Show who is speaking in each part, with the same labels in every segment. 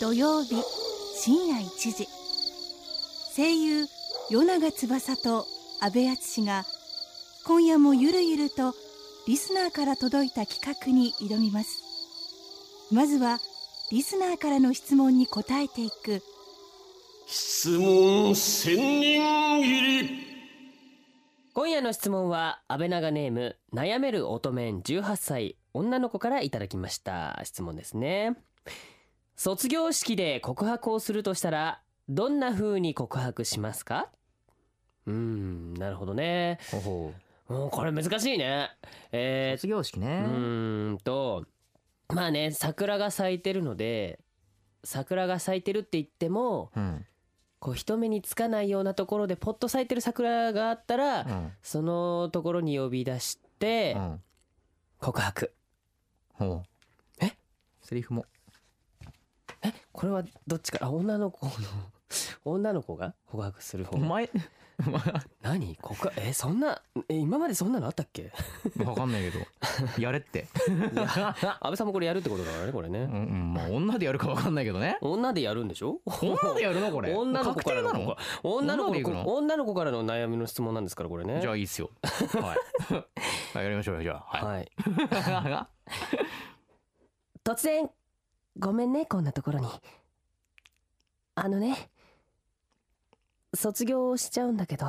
Speaker 1: 土曜日深夜1時声優与永翼と阿部淳が今夜もゆるゆるとリスナーから届いた企画に挑みますまずはリスナーからの質問に答えていく
Speaker 2: 質問千人切り
Speaker 3: 今夜の質問は安倍長ネーム悩める乙女18歳女の子からいただきました質問ですね卒業式で告白をするとしたらどんな風に告白しますかうーんなるほどね
Speaker 4: ほほ
Speaker 3: うんこれ難しいねえー
Speaker 4: 卒業式
Speaker 3: う
Speaker 4: ね
Speaker 3: ーんとまあね桜が咲いてるので桜が咲いてるって言っても
Speaker 4: うん
Speaker 3: こう人目につかないようなところでポッと咲いてる桜があったら、
Speaker 4: うん
Speaker 3: そのところに呼び出して
Speaker 4: うん
Speaker 3: 告白、
Speaker 4: ほう
Speaker 3: え
Speaker 4: セリフも
Speaker 3: これはどっちからあ女の子の 女の子が告白する方
Speaker 4: お前お前
Speaker 3: 何告白えそんなえ今までそんなのあったっけ
Speaker 4: わかんないけど やれって
Speaker 3: 安倍さんもこれやるってことだからねこれ
Speaker 4: う
Speaker 3: ね
Speaker 4: ん、うんまあ女でやるかわかんないけど ね
Speaker 3: 女でやるんでしょ
Speaker 4: 女でやるのこれ
Speaker 3: 女の子
Speaker 4: 確
Speaker 3: から
Speaker 4: 定
Speaker 3: の
Speaker 4: なの
Speaker 3: 女の
Speaker 4: 女で
Speaker 3: 子
Speaker 4: 行くの
Speaker 3: 女の子からの悩みの質問なんですからこれね
Speaker 4: じゃあいいっすよはい はいやりましょうよじゃあはい
Speaker 3: はい、突然ごめんねこんなところにあのね卒業しちゃうんだけど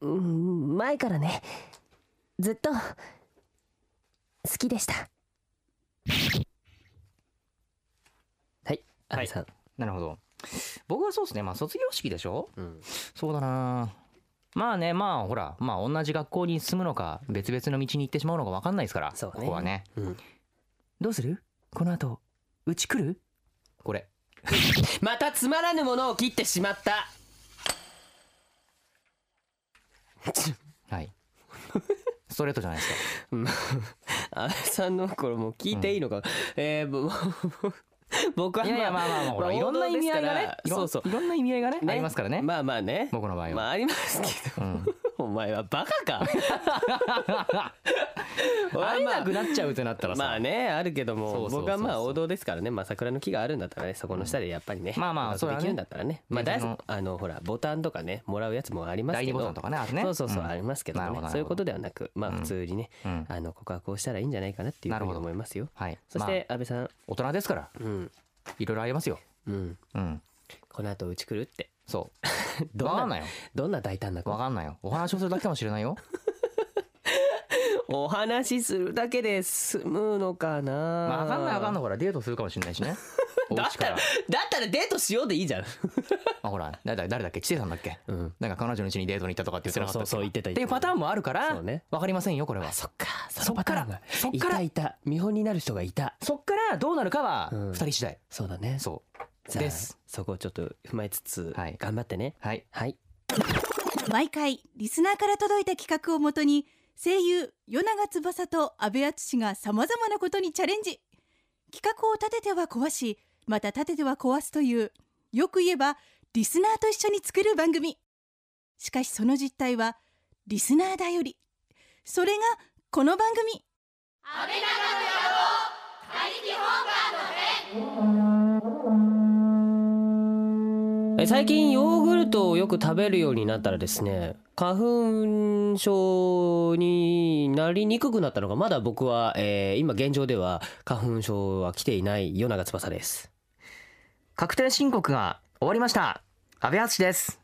Speaker 3: うん前からねずっと好きでしたはい阿部さん、
Speaker 4: なるほど僕はそうですねまあ卒業式でしょ
Speaker 3: うん
Speaker 4: そうだなまあねまあほらまあ同じ学校に進むのか別々の道に行ってしまうのかわかんないですから
Speaker 3: そうね
Speaker 4: ここはね
Speaker 3: うん
Speaker 4: どうするこの後うち来るこれ
Speaker 3: またつまらぬものを切ってしまった
Speaker 4: はい ストレートじゃないですか
Speaker 3: 安倍さんのこれもう聞いていいのか、えーぼ僕 は、まあ、
Speaker 4: いやいやまあまあまあほら
Speaker 3: まあ
Speaker 4: いろんな意味合い
Speaker 3: 王
Speaker 4: が
Speaker 3: 道
Speaker 4: ね
Speaker 3: ですからそうそう
Speaker 4: いろんいろんな意味合いがね
Speaker 3: ね
Speaker 4: ありますからね
Speaker 3: まあまあね
Speaker 4: 僕の場合は
Speaker 3: まあありますけど、
Speaker 4: うん
Speaker 3: お前はバカか 俺は
Speaker 4: 会え
Speaker 3: ま
Speaker 4: な
Speaker 3: あ
Speaker 4: くなっちゃうってなったらさ
Speaker 3: まあねあるけども
Speaker 4: そうそうそうそう
Speaker 3: 僕はまあ王道ですからね、まあ、桜の木があるんだったらねそこの下でやっぱりね、
Speaker 4: まあまあ
Speaker 3: うまく
Speaker 4: そうだね
Speaker 3: できるんだったらねまあ
Speaker 4: 電
Speaker 3: 大
Speaker 4: 車
Speaker 3: 好
Speaker 4: の
Speaker 3: きあのほらボタンとかねもらうやつもあります
Speaker 4: 第
Speaker 3: けど
Speaker 4: 二ボタンとかねあとね
Speaker 3: そうそうそう、
Speaker 4: ん
Speaker 3: ありますけど
Speaker 4: なる
Speaker 3: ね
Speaker 4: ほど
Speaker 3: そういうことではなくまあ
Speaker 4: うん
Speaker 3: 普通にね、
Speaker 4: うん
Speaker 3: あの告白をしたらいいんじゃないかなっていうふ
Speaker 4: な
Speaker 3: う
Speaker 4: る
Speaker 3: に
Speaker 4: ほど
Speaker 3: 思いますよ
Speaker 4: はい
Speaker 3: そし
Speaker 4: まあ
Speaker 3: て安倍さん
Speaker 4: 大人ですから
Speaker 3: うん
Speaker 4: いろいろありますよ
Speaker 3: うん
Speaker 4: うん
Speaker 3: この後うち来るって
Speaker 4: そ
Speaker 3: ど
Speaker 4: うわか
Speaker 3: ん
Speaker 4: ん
Speaker 3: な
Speaker 4: ないよ
Speaker 3: どんな大胆な
Speaker 4: わ
Speaker 3: 子
Speaker 4: かんないよお話をするだけかもしれないよ
Speaker 3: お話しするだけで済むのかな
Speaker 4: まあわかんないわかんな
Speaker 3: い
Speaker 4: いほらデートするかもしれないしねお
Speaker 3: だっ
Speaker 4: 家か
Speaker 3: たら
Speaker 4: ら
Speaker 3: だったらデートしようでいいじゃん
Speaker 4: あほら誰だ誰だっけちせさんだっけ
Speaker 3: うん
Speaker 4: なんか彼女の家にデートに行ったとかって言ってなかった
Speaker 3: そうそうそう言ってた言っ
Speaker 4: っ
Speaker 3: てて
Speaker 4: い
Speaker 3: た
Speaker 4: うパターンもあるから
Speaker 3: そうね
Speaker 4: わかりませんよこれは
Speaker 3: そっか
Speaker 4: そっからそっ
Speaker 3: い
Speaker 4: から
Speaker 3: たいた見本になる人がいた
Speaker 4: そっからどうなるかは
Speaker 3: うん
Speaker 4: 二人次第
Speaker 3: そうだね
Speaker 4: そう
Speaker 3: じゃあ
Speaker 4: です
Speaker 3: そこをちょっと踏まえつつ、
Speaker 4: はい
Speaker 3: 頑張ってね
Speaker 4: はい
Speaker 3: はい
Speaker 1: 毎回リスナーから届いた企画をもとに声優与永翼と阿部淳がさまざまなことにチャレンジ企画を立てては壊しまた立てては壊すというよく言えばリスナーと一緒に作る番組しかしその実態はリスナーだよりそれがこの番組
Speaker 3: え最近ヨーグルトをよく食べるようになったらですね花粉症になりにくくなったのがまだ僕は、えー今現状では花粉症は来ていない夜長翼です
Speaker 4: 確定申告が終わりました安倍淳です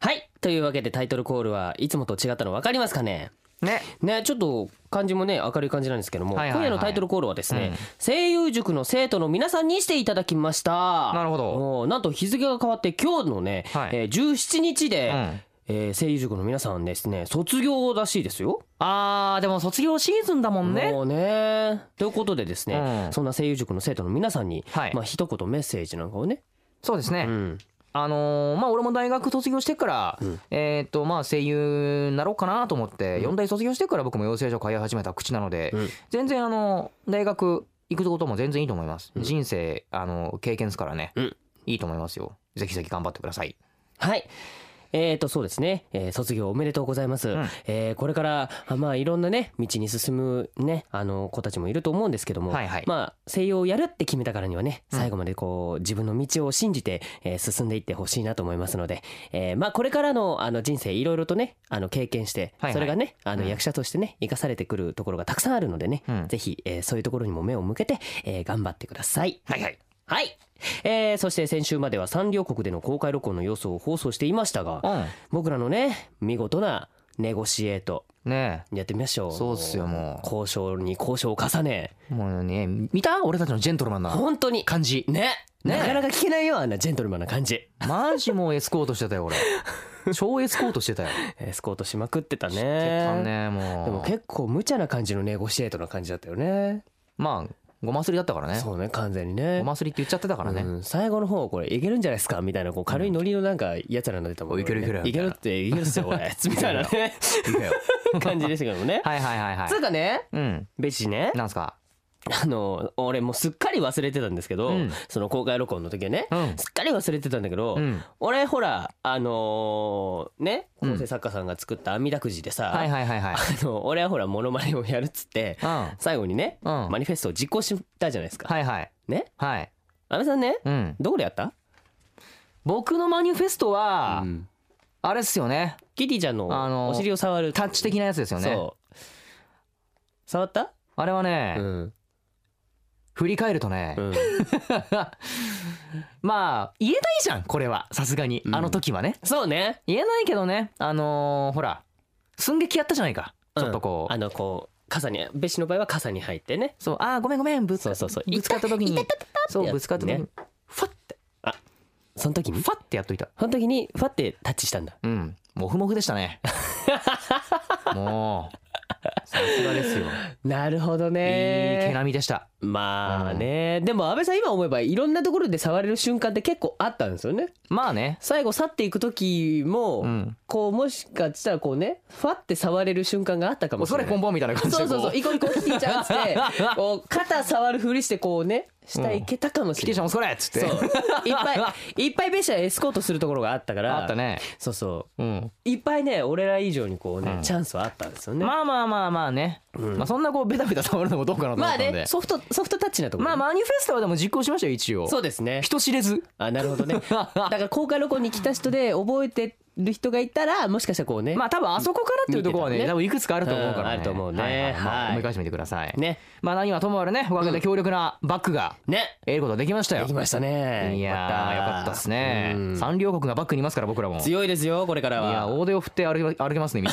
Speaker 3: はいというわけでタイトルコールはいつもと違ったの分かりますかね
Speaker 4: ね
Speaker 3: ねちょっと感じもね明るい感じなんですけども、
Speaker 4: はいはいはい
Speaker 3: 今夜のタイトルコールはですね、
Speaker 4: うん
Speaker 3: 声優塾の生徒の皆さんにしていただきましたな
Speaker 4: るほど
Speaker 3: なんと日付が変わって今日のね、
Speaker 4: はい
Speaker 3: えー17日で、
Speaker 4: うん
Speaker 3: えー声優塾の皆さんですね卒業らしいですよ。
Speaker 4: あーでも卒業シーズンだもんね
Speaker 3: もうねということでですね、
Speaker 4: うん
Speaker 3: そんな声優塾の生徒の皆さんに、
Speaker 4: はい
Speaker 3: まあ一言メッセージなんかをね、
Speaker 4: そうですね、
Speaker 3: うん、
Speaker 4: あのーまあ俺も大学卒業してから、えっ、とまあ声優になろうかなと思って、四大卒業してから僕も養成所通い始めた口なので、
Speaker 3: うん
Speaker 4: 全然あの大学行くことも全然いいと思います、人生あの経験ですからね、
Speaker 3: うん
Speaker 4: いいと思いますよぜひぜひ頑張ってください
Speaker 3: はい。えっ、とそうですね、えー卒業おめでとうございます、
Speaker 4: ん
Speaker 3: えーこれからあまあいろんなね道に進むねあの子たちもいると思うんですけども、
Speaker 4: はいはい
Speaker 3: まあ声優をやるって決めたからにはね
Speaker 4: うん
Speaker 3: 最後までこう自分の道を信じて、えー進んでいってほしいなと思いますので、えーまあこれからのあの人生いろいろとねあの経験して、
Speaker 4: はいはい
Speaker 3: それがねあの
Speaker 4: うん
Speaker 3: 役者としてね生かされてくるところがたくさんあるのでね、
Speaker 4: うん
Speaker 3: ぜひ、えーそういうところにも目を向けて、えー頑張ってください。
Speaker 4: はいはい
Speaker 3: はい、えーそして先週までは三両国での公開録音の様子を放送していましたが
Speaker 4: う
Speaker 3: 僕らのね見事なネゴシエート
Speaker 4: んね
Speaker 3: やってみましょう
Speaker 4: そうっすよもう
Speaker 3: 交渉に交渉を重ね
Speaker 4: えもうね見た俺たちのジェントルマンな
Speaker 3: 本当に
Speaker 4: 感じ
Speaker 3: ね
Speaker 4: ね
Speaker 3: なかなか聞けないよあんなジェントルマンな感じ
Speaker 4: マジもうエスコートして たよ俺超エスコートしてたよ
Speaker 3: エスコートしまくってたね
Speaker 4: してたねもう
Speaker 3: でも結構無茶な感じのネゴシエートな感じだったよね
Speaker 4: まあごますりだったからね
Speaker 3: そうね完全にね
Speaker 4: ごますりって言っちゃってたからね、
Speaker 3: うん最後の方これいけるんじゃないですかみたいなこう軽いノリのなんかやつらになってたもん
Speaker 4: おいけるいける
Speaker 3: いけるっていけるっすよ俺 みたいなね
Speaker 4: いいかよ
Speaker 3: 感じでしたけどもね。
Speaker 4: はいはいはいはい
Speaker 3: つうかね
Speaker 4: うん
Speaker 3: ベッシーね
Speaker 4: なんすか
Speaker 3: あの俺もうすっかり忘れてたんですけど、
Speaker 4: うん
Speaker 3: その公開録音の時はね、
Speaker 4: うん
Speaker 3: すっかり忘れてたんだけど、
Speaker 4: うん
Speaker 3: 俺ほらあのーね
Speaker 4: うん
Speaker 3: 構成作家さんが作った網だくじでさ、
Speaker 4: はいはいはいはい
Speaker 3: あの俺はほらモノマネをやるっつって
Speaker 4: うん
Speaker 3: 最後にね、
Speaker 4: うん
Speaker 3: マニフェストを実行したじゃないですか。
Speaker 4: はいはい
Speaker 3: ね
Speaker 4: はい
Speaker 3: 阿部さんね
Speaker 4: うん
Speaker 3: どこでやった
Speaker 4: 僕のマニフェストは、
Speaker 3: うん
Speaker 4: あれっすよね
Speaker 3: キティちゃん
Speaker 4: あ
Speaker 3: の
Speaker 4: の
Speaker 3: お尻を触る
Speaker 4: タッチ的なやつですよね
Speaker 3: そう触った、
Speaker 4: あれはね、
Speaker 3: うん
Speaker 4: 振り返るとね、
Speaker 3: うん、
Speaker 4: まあ言えないじゃんこれはさすがに、
Speaker 3: うん
Speaker 4: あの時はね
Speaker 3: そうね
Speaker 4: 言えないけどねあのーほら寸劇やったじゃないかちょっとこう、
Speaker 3: あのこう傘に別紙の場合は傘に入ってね
Speaker 4: そうあーごめんごめんぶつ
Speaker 3: そうそうそう
Speaker 4: ぶつかった時にそ
Speaker 3: ってや
Speaker 4: う
Speaker 3: つ
Speaker 4: ぶつかった時に、
Speaker 3: ね
Speaker 4: ファッて
Speaker 3: その時に
Speaker 4: ファッてやっといた
Speaker 3: その時にファってタッチしたんだ
Speaker 4: うんモフモフでし たねもうさすがですよいい
Speaker 3: なるほど
Speaker 4: 毛並みでした
Speaker 3: まあね、でも安倍さん今思えばいろんなところで触れる瞬間って結構あったんですよね
Speaker 4: まあね
Speaker 3: 最後去っていく時も、
Speaker 4: うん
Speaker 3: こうもしかしたらこうねファって触れる瞬間があったかもしれない
Speaker 4: ポンみたいな感
Speaker 3: そうそうそう
Speaker 4: こ
Speaker 3: イコイコキティちゃんっつってこう肩触るふりしてこうね下行けたかもし
Speaker 4: キテ
Speaker 3: れ
Speaker 4: ィちゃ
Speaker 3: なんい、
Speaker 4: お疲れっつって
Speaker 3: そういっぱいいっぱいベシャエスコートするところがあったから
Speaker 4: あったね
Speaker 3: そうそう
Speaker 4: うん
Speaker 3: いっぱいね俺ら以上にこうね、
Speaker 4: うん
Speaker 3: チャンスはあったんですよね。まあ
Speaker 4: まあまあまあまあね、まあそんなこうベタベタ触るのもどうかなと思ったんで、
Speaker 3: ねソフトソフトタッチなところ、
Speaker 4: まあマニフェストはでも実行しましたよ一応
Speaker 3: そうですね。
Speaker 4: 人知れず
Speaker 3: あなるほど ね。だから公開録音に来た人で覚えてる人がいたらもしかしたらこうね。
Speaker 4: まあ多分あそこからっていうところはね
Speaker 3: 見てたね
Speaker 4: 多分いくつかあると思う
Speaker 3: う
Speaker 4: から、ね
Speaker 3: んあると思うね
Speaker 4: はいはいまあ
Speaker 3: はい
Speaker 4: 思い返してみてください
Speaker 3: ね
Speaker 4: まあ何はともあれねおかげで強力なバックが
Speaker 3: ね
Speaker 4: 得ることができましたよ、
Speaker 3: できましたね。
Speaker 4: いやーよかったですね
Speaker 3: うん
Speaker 4: 三両国がバックにいますから僕らもい
Speaker 3: 強いですよこれから
Speaker 4: や
Speaker 3: は。
Speaker 4: 大手を振って歩け歩けますね道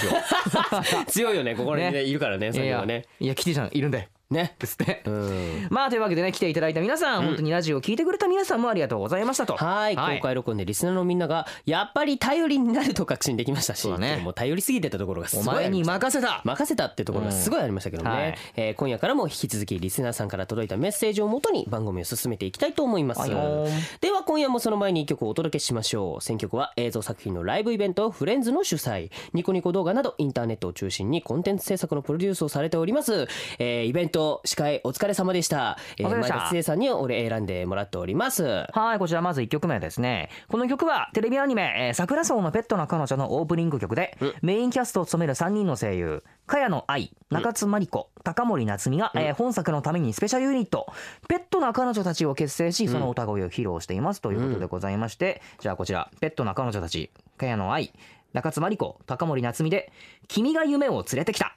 Speaker 3: 強いよね ここにね
Speaker 4: ね
Speaker 3: いるからね
Speaker 4: を
Speaker 3: 最 後
Speaker 4: いや
Speaker 3: はい
Speaker 4: や
Speaker 3: ね。
Speaker 4: いやキティちゃんいるんで
Speaker 3: ね。
Speaker 4: ですね
Speaker 3: うん。
Speaker 4: まあというわけでね来ていただいた皆さん、本当にラジオを聞いてくれた皆さんもありがとうございましたと
Speaker 3: はい、公開録音でリスナーのみんながやっぱり頼りになると確信できましたし、
Speaker 4: そうだね
Speaker 3: もう頼りすぎてたところがすご
Speaker 4: お
Speaker 3: い
Speaker 4: 前に任せた
Speaker 3: 任せたってところがすごいありましたけどもね、
Speaker 4: うんはい
Speaker 3: えー今夜からも引き続きリスナーさんから届いたメッセージをもとに番組を進めていきたいと思います、
Speaker 4: はいよ
Speaker 3: では今夜もその前に一曲をお届けしましょう選曲は映像作品のライブイベントフレンズの主催ニコニコ動画などインターネットを中心にコンテンツ制作のプロデュースをされております、えーイベント司会お疲れ様でした、えー、
Speaker 4: お疲れ
Speaker 3: 前
Speaker 4: 様でした
Speaker 3: 田千恵さんに俺選んでもらっております
Speaker 4: はいこちらまず1曲目はですねこの曲はテレビアニメ「えー桜草のペットの彼女」のオープニング曲で、メインキャストを務める3人の声優茅野愛中津真理子、高森夏実が、えー本作のためにスペシャルユニット「ペットな彼女たち」を結成しその歌声を披露していますということでございまして、じゃあこちら「ペットな彼女たち」茅野愛中津真理子高森夏実で「君が夢を連れてきた」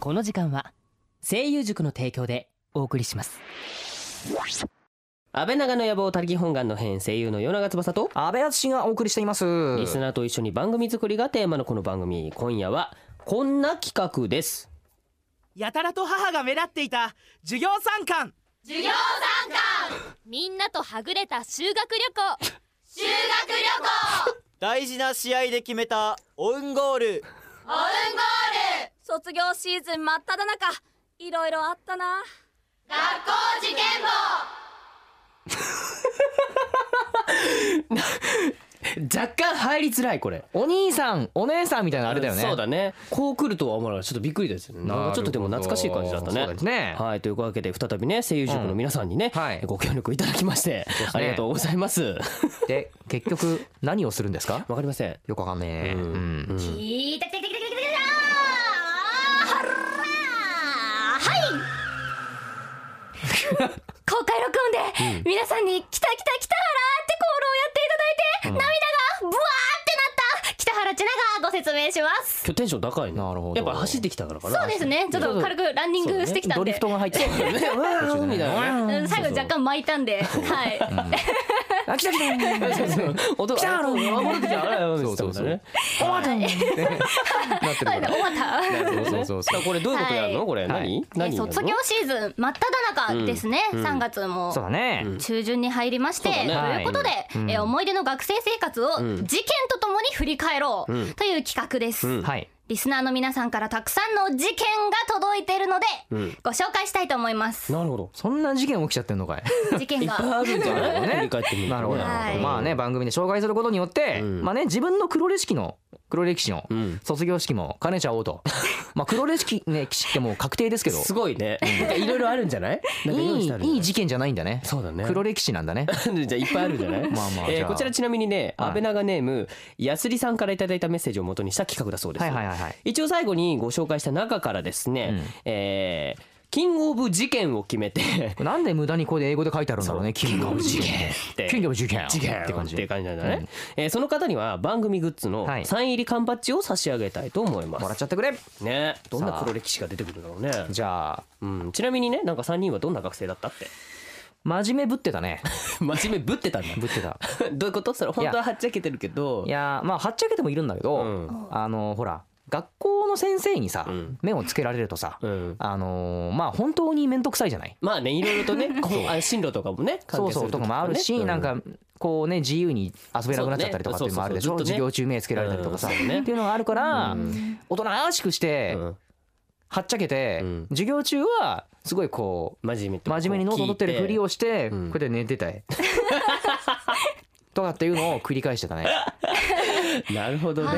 Speaker 3: この時間は声優塾の提供でお送りします安倍長の野望たりき本願の編声優の与永翼と
Speaker 4: 安倍淳がお送りしています
Speaker 3: リスナーと一緒に番組作りがテーマのこの番組今夜はこんな企画です
Speaker 5: やたらと母が目立っていた授業参観
Speaker 6: みんなとはぐれた修学旅行修学旅行
Speaker 7: 大事な試合で決めたオウンゴール
Speaker 6: 卒業シーズン真っ只中いろいろあったな学校事件簿
Speaker 3: 若干入りづらいこれ
Speaker 4: お兄さんお姉さんみたいなのあれだよね
Speaker 3: そうだねこう来るとは思わなかったちょっとびっくりですよねなんかちょっとでも懐かしい感じだったね
Speaker 4: なるほどそうですね
Speaker 3: はいというわけで再びね声優塾の皆さんにね、
Speaker 4: うんはい
Speaker 3: ご協力いただきまして、
Speaker 4: す
Speaker 3: あ
Speaker 4: ね
Speaker 3: りがとうございます
Speaker 4: で結局何をするんですか
Speaker 3: わかりません
Speaker 4: よくわかんねえ、
Speaker 3: うん
Speaker 4: うん
Speaker 6: 聞いてきてきてきてきてきてあーはらーはい公開録音で皆さんに「来た来た来たはら」ってコールをやっていただいて涙がブワーってなった北原千奈がご説明します
Speaker 3: 今日テンション高いね
Speaker 4: なるほど
Speaker 3: やっぱ走ってきたからかな
Speaker 6: そうですねちょっと軽くランニングしてきたん
Speaker 4: ドリ
Speaker 6: で
Speaker 4: フトが入ってる
Speaker 3: ねうわーみたいなね
Speaker 6: うん最後若干巻いたんではい
Speaker 4: あ来た 来た
Speaker 3: そうそう音があ戻ってきたそうそうそうね
Speaker 4: なってる
Speaker 6: そ
Speaker 4: か
Speaker 6: うですね
Speaker 4: ら
Speaker 6: 終わった
Speaker 4: そうそうそう
Speaker 3: これどういうことやるの、
Speaker 6: はい
Speaker 3: これ何、
Speaker 4: はい
Speaker 3: 何やるの
Speaker 6: 卒業シーズン真っ只中ですね、3月も
Speaker 4: そうだね、
Speaker 6: 中旬に入りまして、
Speaker 3: そうだね
Speaker 6: ということで、
Speaker 4: うん
Speaker 6: えー思い出の学生生活を事件とともに振り返ろうという企画です、
Speaker 3: うん
Speaker 4: はい
Speaker 6: リスナーの皆さんからたくさんの事件が届いているので、ご紹介したいと思います
Speaker 3: なるほど
Speaker 4: そんな事件起きちゃってんのかい
Speaker 6: 事件
Speaker 3: いっぱい
Speaker 6: が
Speaker 3: あるんじゃない、
Speaker 4: ね
Speaker 3: 振り返ってみると
Speaker 4: なるほど、なるほ
Speaker 6: は
Speaker 4: ど
Speaker 6: い
Speaker 4: まあね番組で紹介することによって、
Speaker 3: うん
Speaker 4: まあね自分の黒歴史の黒歴史の
Speaker 3: ん
Speaker 4: 卒業式も兼ねちゃお うと、まあ黒歴史ね歴史ってもう確定ですけど
Speaker 3: すごいねなんかいろいろあるんじゃないなんか用意
Speaker 4: い
Speaker 3: し
Speaker 4: い
Speaker 3: てあるんじゃない
Speaker 4: いい事件じゃないんだね
Speaker 3: そうだね
Speaker 4: 黒歴史なん だね
Speaker 3: じゃあいっぱいあるんじゃない
Speaker 4: まあまあじ
Speaker 3: え
Speaker 4: ゃ
Speaker 3: ー
Speaker 4: あ
Speaker 3: こちらちなみにね
Speaker 4: はい
Speaker 3: 安倍長ネームやすりさんからいただいたメッセージを元にした企画だそうです、
Speaker 4: はいはいはいはい
Speaker 3: 一応最後にご紹介した中からですね、
Speaker 4: うん
Speaker 3: えーキングオブ事件を決めて
Speaker 4: なんで無駄にこれで英語で書いてあるんだろうねキングオブ事件
Speaker 3: って
Speaker 4: キングオブ 事件
Speaker 3: 事件
Speaker 4: って感じ
Speaker 3: って感じなんだ
Speaker 4: うん
Speaker 3: ね、えーその方には番組グッズの
Speaker 4: はい
Speaker 3: サイン入り缶バッジを差し上げたいと思います、
Speaker 4: もらっちゃってくれ
Speaker 3: ねどんな黒歴史が出てくるだろうね
Speaker 4: じゃあ
Speaker 3: うん、ちなみにねなんか3人はどんな学生だったって
Speaker 4: 真面目ぶってたね
Speaker 3: 真面目ぶってたんだ
Speaker 4: ぶって た
Speaker 3: どういうことそれ本当ははっちゃけてるけど
Speaker 4: いやーまあはっちゃけてもいるんだけど、
Speaker 3: うん
Speaker 4: あのほら学校の先生にさ、
Speaker 3: うん
Speaker 4: 目をつけられるとさ、
Speaker 3: うん
Speaker 4: あのーまあ本当に面倒くさいじゃない
Speaker 3: まあねいろいろと ねこうあ進路とかもね関
Speaker 4: そう
Speaker 3: 係す
Speaker 4: そ
Speaker 3: る
Speaker 4: うとかもあるし、
Speaker 3: う
Speaker 4: なんかこうね自由に遊べなくなっちゃったりとかっていうのもあるでしょ、
Speaker 3: そうだねそうそうそうずっとね
Speaker 4: 授業中目つけられたりとかさ、
Speaker 3: うんそうね
Speaker 4: っていうのがあるから、大人らしくして、
Speaker 3: うん
Speaker 4: はっちゃけて、
Speaker 3: うん
Speaker 4: 授業中はすごいこう
Speaker 3: 真面目ってことを聞い
Speaker 4: 真面目にノート取ってるふりをして、
Speaker 3: うん
Speaker 4: こうやって寝て たいとかっていうのを繰り返してたね
Speaker 3: なるほどね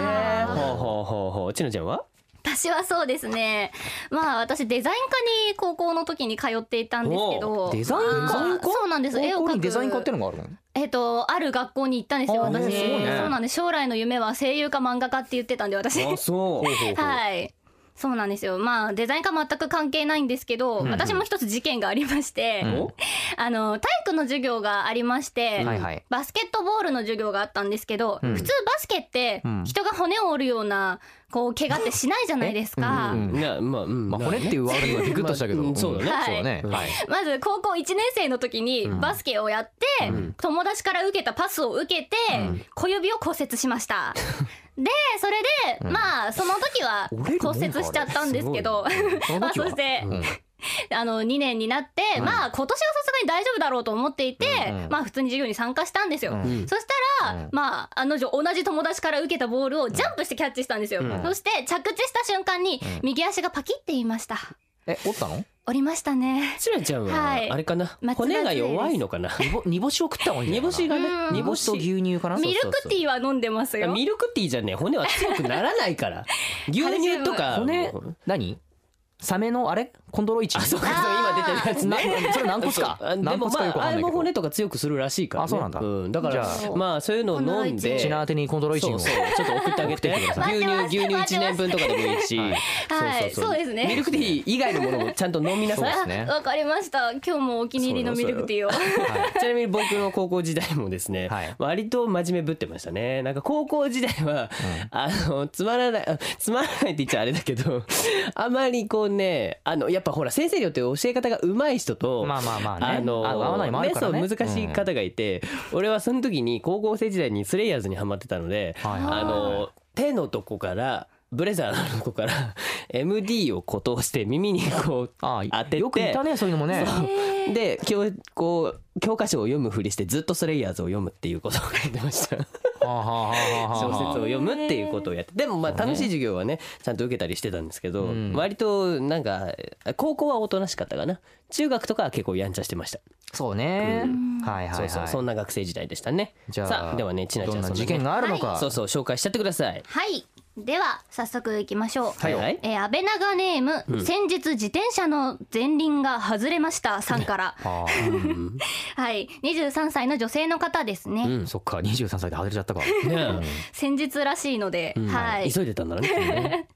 Speaker 3: ほうほうほうほうちなちゃんは
Speaker 6: 私はそうですねまあ私デザイン科に高校の時に通っていたんですけど
Speaker 4: デザイン科
Speaker 6: まあそうなんです絵を
Speaker 4: 高校
Speaker 6: 描
Speaker 4: に
Speaker 6: く
Speaker 4: デザイン買ってるのがあるの
Speaker 6: えっとある学校に行ったんですよ
Speaker 4: あー
Speaker 6: 私、
Speaker 4: ねすごいね
Speaker 6: そうなんです将来の夢は声優か漫画家って言ってたんで私
Speaker 3: あそう
Speaker 6: はい。そうなんですよ。まあ、デザイン科全く関係ないんですけど、私も一つ事件がありまして、
Speaker 4: うん
Speaker 6: あの、体育の授業がありまして、
Speaker 4: はいはい
Speaker 6: バスケットボールの授業があったんですけど、
Speaker 4: うん
Speaker 6: 普通バスケって
Speaker 4: うん、
Speaker 6: 人が骨を折るような、こう、怪我ってしないじゃないですか。
Speaker 4: うん
Speaker 3: ねまあうん
Speaker 4: まあ、
Speaker 3: な
Speaker 4: 骨っていうワードにはビクッとしたけど、
Speaker 3: まあうんそうだね
Speaker 4: んそうだね、
Speaker 3: はい
Speaker 4: はい
Speaker 6: まず高校1年生の時にバスケをやって、友達から受けたパスを受けて、小指を骨折しました。でそれで、まあその時は
Speaker 4: 折れるもんか
Speaker 6: 骨折しちゃったんですけど
Speaker 4: その
Speaker 6: まあ
Speaker 4: 時
Speaker 6: そ
Speaker 4: は
Speaker 6: して、
Speaker 4: ん
Speaker 6: あの2年になって、まあ今年はさすがに大丈夫だろうと思っていて、
Speaker 4: うんうん
Speaker 6: まあ普通に授業に参加したんですよ。
Speaker 4: うん
Speaker 6: そしたら、
Speaker 4: うん
Speaker 6: まあ、あの女同じ友達から受けたボールをジャンプしてキャッチしたんですよ、
Speaker 4: ん
Speaker 6: そして着地した瞬間に右足がパキって言いました
Speaker 4: え折ったの
Speaker 6: 折りましたね
Speaker 3: ちなちゃんは
Speaker 6: はい
Speaker 3: あれかな
Speaker 6: 松葉杖
Speaker 3: 骨が弱いのかな
Speaker 4: 煮干煮干しを食った方がいいんじ
Speaker 3: 煮
Speaker 4: ゃない
Speaker 3: 干し
Speaker 4: かな
Speaker 3: が
Speaker 6: う
Speaker 3: ね
Speaker 6: ん
Speaker 3: 煮
Speaker 4: 煮
Speaker 3: 干
Speaker 4: 干しと
Speaker 3: し
Speaker 4: 牛乳かな
Speaker 3: そうそう
Speaker 6: ミルクティーは飲んでますよ
Speaker 3: ミルクティーじゃね骨は強くならないから 牛乳とか
Speaker 4: 骨何サメのあれコンドロイチ
Speaker 3: あそうかそう今出てるやつね
Speaker 4: なそれ軟骨か
Speaker 3: そうあで
Speaker 4: 軟
Speaker 3: も
Speaker 4: 骨か
Speaker 3: ま
Speaker 4: よくわ
Speaker 3: ああ
Speaker 4: かん
Speaker 3: れ
Speaker 4: ない
Speaker 3: も
Speaker 4: けど
Speaker 3: 骨とか強くするらしいからね
Speaker 4: あそうなんだ
Speaker 3: うん、だから
Speaker 4: じゃあ
Speaker 3: まあそういうのを飲んで
Speaker 4: 血の当てにコンドロイチン
Speaker 3: そ
Speaker 4: を
Speaker 3: うそうちょっと送ってあげて
Speaker 6: 待ってます
Speaker 3: 牛乳牛乳一年分とかでもいいし、
Speaker 4: はい
Speaker 6: はいそうですね
Speaker 3: ミルクティー以外のものもちゃんと飲みなさい
Speaker 4: そうですね
Speaker 6: わかりました今日もお気に入りのミルクティーを
Speaker 3: ちなみに僕の高校時代もですね、
Speaker 4: はい
Speaker 3: 割と真面目ぶってましたねなんか高校時代は、あのつまらないあつまらないって言っちゃあれだけどあまりこうねあのやっぱほら先生によって教え方が上手い人と、
Speaker 4: まあまあまあね
Speaker 3: の
Speaker 4: あ合わないもあるからね
Speaker 3: メソ難しい方がいて、俺はその時に高校生時代にスレイヤーズにハマってたので、
Speaker 4: はいはい
Speaker 3: あの手のとこからブレザーのとこから MD を固定して耳にこう
Speaker 4: あ
Speaker 3: 当てて
Speaker 4: よくいたねそういうのもね
Speaker 3: そうで教こう教科書を読むふりしてずっとスレイヤーズを読むっていうことをやってました
Speaker 4: はあはあは あはあ
Speaker 3: 小
Speaker 4: はあ
Speaker 3: 説を読むっていうことをやってでもまあ楽しい授業はねちゃんと受けたりしてたんですけど、
Speaker 4: うん
Speaker 3: 割となんか高校はおとなしかったかな中学とかは結構やんちゃしてました、
Speaker 4: そうね、はいはいはい
Speaker 3: そうそうそんな学生時代でしたね
Speaker 4: じゃあ
Speaker 3: さあではねちなちゃん
Speaker 4: どん
Speaker 3: そ
Speaker 4: な
Speaker 3: の
Speaker 4: 事件があるのか、
Speaker 3: そうそう紹介しちゃってください
Speaker 6: はいでは早速いきましょう
Speaker 3: はいはい
Speaker 6: えー、安倍長ネーム、先日自転車の前輪が外れましたさんから
Speaker 4: あ
Speaker 6: はい23歳の女性の方ですね、
Speaker 4: あ、そっか23歳で外れちゃったか、
Speaker 3: ねえ
Speaker 6: 先日らしいので、
Speaker 3: うん
Speaker 6: はい
Speaker 3: 急いでたんだろうねきっとね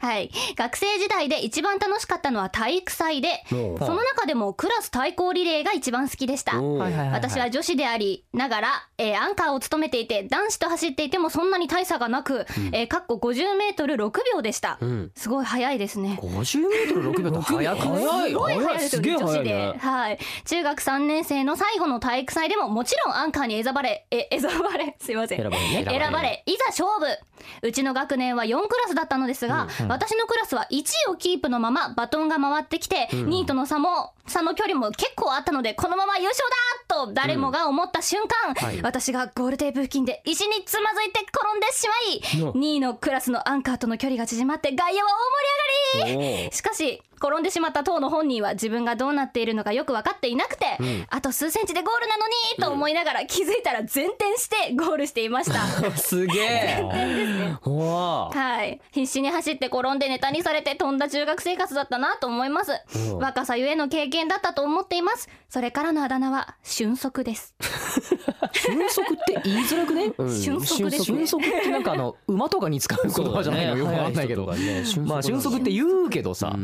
Speaker 6: はい、学生時代で一番楽しかったのは体育祭で
Speaker 3: おう
Speaker 6: その中でもクラス対抗リレーが一番好きでした
Speaker 3: おう
Speaker 4: はいはいはいい
Speaker 6: 私は女子でありながら、えーアンカーを務めていて男子と走っていてもそんなに大差がなく、えーかっこ 50m6 秒でした、
Speaker 3: ん
Speaker 6: すごい速いですね
Speaker 4: 50m6 秒と速くね
Speaker 3: 早い
Speaker 6: すごい速いですよね女
Speaker 3: 早
Speaker 6: 子
Speaker 3: い
Speaker 6: で、
Speaker 3: ね
Speaker 6: はい、中学3年生の最後の体育祭でももちろんアンカーに選ばれえ選ばれ すいません
Speaker 3: 選ばれね
Speaker 6: 選ばれいざ勝負うちの学年は4クラスだったのですが、私のクラスは1位をキープのままバトンが回ってきて、2位との差も差の距離も結構あったのでこのまま優勝だと誰もが思った瞬間、私がゴールテープ付近で石につまずいて転んでしまい、2位のクラスのアンカーとの距離が縮まって外野は大盛り上がりしかし転んでしまった当の本人は自分がどうなっているのかよく分かっていなくて、あと数センチでゴールなのにと思いながら気づいたら前転してゴールしていました。
Speaker 3: おうすげえおう
Speaker 6: はい、必死に走って転んでネタにされて飛んだ中学生活だったなと思います
Speaker 3: お
Speaker 6: 若さゆえの経験だったと思っていますそれからのあだ名は俊足です
Speaker 4: 瞬足って言いづらくね、
Speaker 3: ん
Speaker 6: 俊足です
Speaker 4: 瞬
Speaker 6: ね
Speaker 4: 足ってなんかあの馬とかに使う言葉じゃないの、よくわかんないけどまあ瞬足って言うけどさ、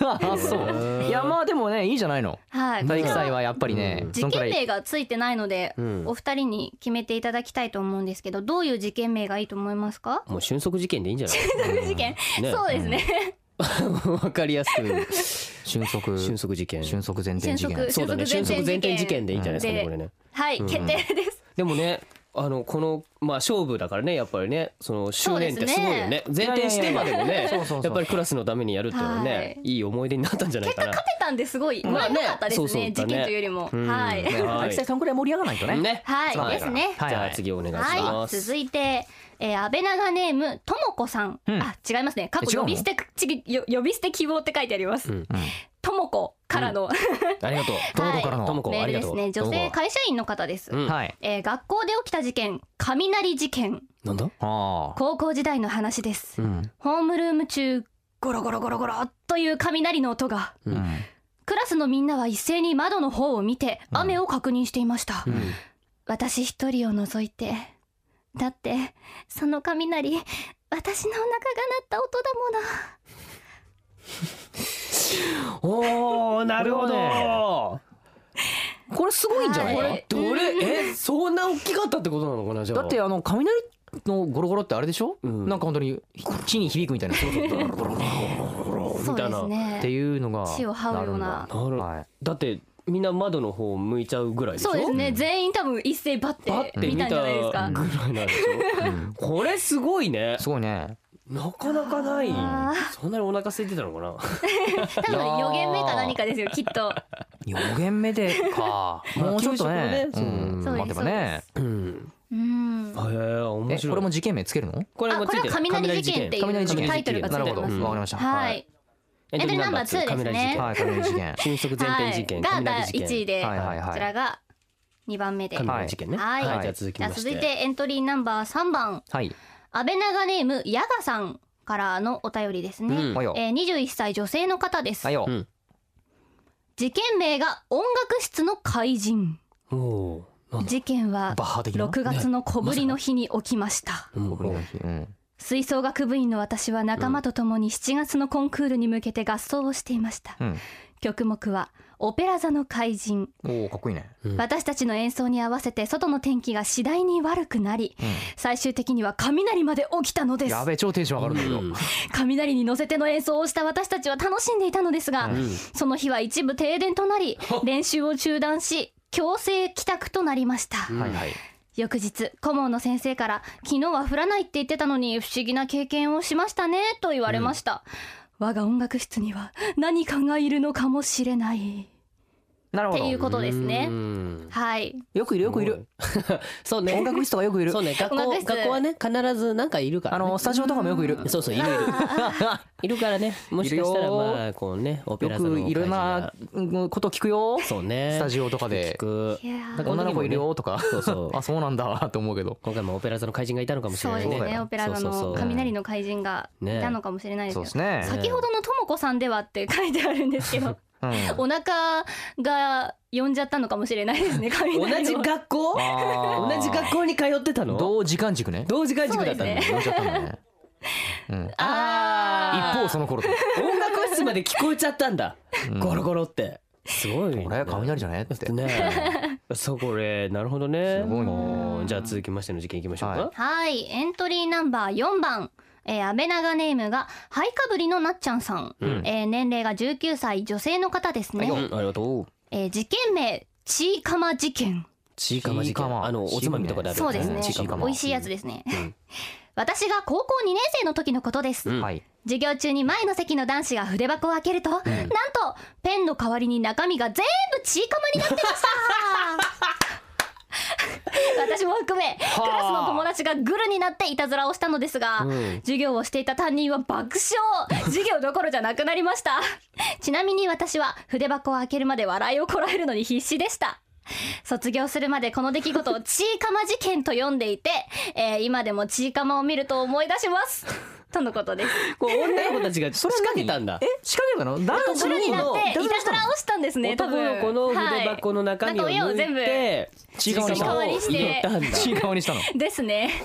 Speaker 4: あ そういやまあでもねいいじゃないの
Speaker 6: はい
Speaker 4: 体育祭はやっぱりね、
Speaker 6: 事
Speaker 4: そんくら
Speaker 6: 件
Speaker 4: い
Speaker 6: 名がついてないので、お二人に決めていただきたいと思うんですけどどういう事件名がいいと思いますか
Speaker 3: もう瞬足事件でいいんじゃない
Speaker 6: 事件、
Speaker 3: ね
Speaker 6: そうですね、
Speaker 3: わかりやすく
Speaker 4: 瞬足
Speaker 3: 瞬足事件
Speaker 4: 瞬足前転事件
Speaker 6: 瞬足
Speaker 3: そうだね瞬
Speaker 6: 瞬
Speaker 3: 足前
Speaker 6: 足前
Speaker 3: 転
Speaker 6: 転
Speaker 3: 事
Speaker 6: 事
Speaker 3: 件
Speaker 6: 件
Speaker 3: でいいんじゃないですかね
Speaker 6: で
Speaker 3: これね
Speaker 6: はい、決定です
Speaker 3: でもねあのこのまあ勝負だからねやっぱりねその執念って
Speaker 6: そうです
Speaker 3: すご
Speaker 6: ね
Speaker 3: いよね前転してまでも
Speaker 4: いやいやいや
Speaker 3: ね
Speaker 4: そうそうそう
Speaker 3: やっぱりクラスのためにやるっていうのは
Speaker 6: は
Speaker 3: ね
Speaker 6: い
Speaker 3: いい思い出になったんじゃない
Speaker 6: 結
Speaker 3: か
Speaker 6: 果
Speaker 3: な
Speaker 6: 勝てたんですごいま
Speaker 3: まあ
Speaker 6: あ
Speaker 3: ね
Speaker 6: 良かったです
Speaker 3: そ
Speaker 6: ね
Speaker 3: うそうだね
Speaker 6: 事件というよりも、
Speaker 3: うん
Speaker 6: はい
Speaker 3: ね
Speaker 4: 体育祭そんくらい盛り上がないとね
Speaker 3: ね
Speaker 6: はい
Speaker 3: そうだ
Speaker 6: ですね
Speaker 4: はい
Speaker 3: じゃあ次お願いし
Speaker 6: は
Speaker 3: ま
Speaker 6: い、
Speaker 3: す
Speaker 6: 続いて、えー、安倍長ネームともこさん、
Speaker 4: うん
Speaker 6: あ違いますね過
Speaker 4: え違
Speaker 6: 去
Speaker 4: うの
Speaker 6: 呼び捨てちよ呼び捨て希望って書いてあります
Speaker 3: うん
Speaker 6: ともこからの、
Speaker 3: ありがとう
Speaker 4: ともこからの、
Speaker 3: ともこ
Speaker 6: メ
Speaker 3: あ
Speaker 6: ール
Speaker 3: りが
Speaker 6: で
Speaker 3: と
Speaker 6: す
Speaker 3: う
Speaker 6: ね女性会社員の方です、
Speaker 3: うん
Speaker 4: はい
Speaker 6: えー学校で起きた事件雷事件
Speaker 3: なんだ
Speaker 4: あ
Speaker 6: 高校時代の話です、
Speaker 4: ん
Speaker 6: ホームルーム中ゴロゴロゴロゴロという雷の音が
Speaker 4: あ、うん
Speaker 6: クラスのみんなは一斉に窓の方を見て雨を確認していました、私一人を除いてだってその雷私のお腹が鳴った音だもの
Speaker 3: おおなるほど
Speaker 4: これすごいんじゃないかな、
Speaker 6: はい
Speaker 3: どれえそんな大きかったってことなのかなじゃあ
Speaker 4: だってあの雷のゴロゴロってあれでしょ、
Speaker 3: うん
Speaker 4: なんか本当に地に響くみたいな
Speaker 6: そうで
Speaker 3: み
Speaker 6: す
Speaker 3: たい
Speaker 4: って
Speaker 6: ね
Speaker 4: いうのが
Speaker 6: 地を這うような
Speaker 3: なる
Speaker 4: はい
Speaker 3: だってみんな窓の方向いちゃうぐらいでしょ
Speaker 6: そうですね全員多分一斉バッ
Speaker 3: バッ
Speaker 6: て
Speaker 3: て見
Speaker 6: 見た
Speaker 3: た
Speaker 6: ん
Speaker 3: ぐ
Speaker 6: じゃ
Speaker 3: ら
Speaker 6: な
Speaker 3: いなん
Speaker 6: いですか、
Speaker 3: でしょこれすごいね
Speaker 4: すごいね
Speaker 3: なかなかない
Speaker 6: あ
Speaker 3: そんなにお腹空いてたのかな
Speaker 6: 多分予言目か何かですよきっと
Speaker 4: 4限目で かもうちょっとね
Speaker 3: 給食のね
Speaker 4: うん
Speaker 6: そう
Speaker 4: 待
Speaker 6: です
Speaker 4: てばね
Speaker 3: うん
Speaker 6: うん
Speaker 3: へえ面
Speaker 4: えこ
Speaker 3: 白い
Speaker 4: れも事件名つけるの
Speaker 3: こ
Speaker 6: あこれは雷事件っていう
Speaker 4: 事件
Speaker 6: タイトルがつい
Speaker 4: な
Speaker 6: て
Speaker 4: るほ
Speaker 6: お
Speaker 4: ど
Speaker 6: り
Speaker 4: わか
Speaker 6: ます
Speaker 4: りました
Speaker 6: はい
Speaker 3: エントリーナンバー2です
Speaker 4: はい
Speaker 3: ね
Speaker 4: はい雷事 件
Speaker 3: 瞬足前転事件
Speaker 6: はい、が
Speaker 3: 雷
Speaker 6: 第
Speaker 3: 事件
Speaker 6: 1位で、
Speaker 4: はいはいはい
Speaker 6: こちらが2番目で、
Speaker 3: 雷事件ね
Speaker 6: はい
Speaker 3: はいじゃあ続き
Speaker 6: じゃあ
Speaker 3: まして
Speaker 6: 続いてエントリーナンバー3番
Speaker 4: はい
Speaker 6: 安倍長ネームヤガさんからのお便りですね、
Speaker 3: うん
Speaker 4: はいよ
Speaker 6: えー、21歳女性の方です、
Speaker 4: はいよ
Speaker 3: うん
Speaker 6: 事件名が音楽室の怪人
Speaker 3: おおーなんだ
Speaker 6: 事件は
Speaker 4: バッハ的な
Speaker 6: 6月の小ぶりの日に起きました
Speaker 3: うん
Speaker 4: 僕の日うん
Speaker 6: 吹奏楽部員の私は仲間と共に7月のコンクールに向けて合奏をしていました、
Speaker 4: うん
Speaker 6: 曲目はオペラ座の怪人
Speaker 4: おおかっこいいね
Speaker 3: うん
Speaker 6: 私たちの演奏に合わせて外の天気が次第に悪くなり、
Speaker 4: ん
Speaker 6: 最終的には雷まで起きたのです
Speaker 4: やべえ超テンション上がるんだけど
Speaker 3: うん
Speaker 6: 雷に乗せての演奏をした私たちは楽しんでいたのですが、
Speaker 3: ん
Speaker 6: その日は一部停電と なり練習を中断し強制帰宅となりました、
Speaker 3: ん
Speaker 4: はいはい
Speaker 6: 翌日顧問の先生から「昨日は降らないって言ってたのに不思議な経験をしましたね」と言われました、我が音楽室には何かがいるのかもしれない
Speaker 4: なる
Speaker 6: っ
Speaker 4: ほ
Speaker 6: ていう
Speaker 4: ど
Speaker 6: ことですね
Speaker 3: う。ん
Speaker 6: はい。
Speaker 4: よくいるよくいる
Speaker 3: そう ね
Speaker 4: 音楽室とかよくいる
Speaker 3: そうね学
Speaker 6: 音楽
Speaker 3: 校
Speaker 6: 室
Speaker 3: 学校はね必ずなんかいるから、
Speaker 4: あ
Speaker 3: ね、
Speaker 4: のスタジオとかもよくいる
Speaker 3: そうそういるいるいるからねもしかしたらまあこうねオペラ
Speaker 4: よ
Speaker 3: 座の
Speaker 4: くいろんなうんこと聞くよ
Speaker 3: そうね
Speaker 8: スタジオとかで
Speaker 3: 聞く
Speaker 6: いや
Speaker 3: だ
Speaker 6: ー
Speaker 3: から
Speaker 8: 女の子いるよとか
Speaker 3: そうそう
Speaker 8: あそうなんだと思うけど
Speaker 3: 今回もオペラ座の怪人がいたのかもしれな
Speaker 6: そうで
Speaker 3: い
Speaker 6: す
Speaker 3: ね
Speaker 6: ね。オペラ座
Speaker 3: そうそう
Speaker 6: の
Speaker 3: そう
Speaker 6: 雷の怪人がい
Speaker 3: ね
Speaker 6: たのかもしれないです
Speaker 8: そうで
Speaker 6: けど
Speaker 8: す。ね
Speaker 6: 先ほどのともこさんではって書いてあるんですけど、
Speaker 8: うん
Speaker 6: お腹が呼んじゃったのかもしれない ですね。雷の
Speaker 3: 同じ学校
Speaker 8: あー
Speaker 3: 同じ学校に通ってたの
Speaker 8: 同時間軸ね
Speaker 3: 同時間軸だった
Speaker 6: そう
Speaker 3: の
Speaker 6: です
Speaker 8: 同時だったんだねうん一
Speaker 6: あ
Speaker 8: 方その頃と
Speaker 3: 音楽室まで聞こえちゃったんだ
Speaker 8: うん
Speaker 3: ゴロゴロってすごいね
Speaker 8: 俺雷じゃねって
Speaker 3: ね えそうこれなるほどね
Speaker 8: すごいね
Speaker 3: うんじゃあ続きましての事件いきましょうか、
Speaker 8: は
Speaker 6: ーはいエントリーナンバー4番。えー、安倍長ネームがハイカブリのなっちゃんさん、
Speaker 3: うん
Speaker 6: えー年齢が19歳女性の方ですね、
Speaker 3: うんありがとう
Speaker 6: えー事件名ちいかま事件
Speaker 3: チーカマ事
Speaker 8: チーカ
Speaker 3: 件
Speaker 8: マ
Speaker 3: あのおつまみとかである
Speaker 6: そうですね
Speaker 3: チーカマ
Speaker 6: 美味しいやつですね、
Speaker 3: うん
Speaker 6: 私が高校2年生の時のことです、
Speaker 3: うん
Speaker 8: はい
Speaker 6: 授業中に前の席の男子が筆箱を開けると、なんとペンの代わりに中身が全部ちいかまになってま した私も含めクラスの友達がグルになっていたずらをしたのですが、
Speaker 3: うん
Speaker 6: 授業をしていた担任は爆笑授業どころじゃなくなりました ちなみに私は筆箱を開けるまで笑いをこらえるのに必死でした卒業するまでこの出来事をちいかま事件と呼んでいて、えー今でもちいかまを見ると思い出しますとのことです
Speaker 3: こう女の子たちが仕掛けたんだ
Speaker 4: え仕掛けたの誰
Speaker 6: グルになっていた
Speaker 4: 誰
Speaker 6: ずらをしたんですね多
Speaker 3: 男
Speaker 6: 分
Speaker 3: の子の筆箱の中身を
Speaker 6: はいなんか親を全
Speaker 3: 抜いてチーカマ
Speaker 6: チーカマにして
Speaker 3: 入れたんだ
Speaker 8: 違うにしたの
Speaker 6: ですね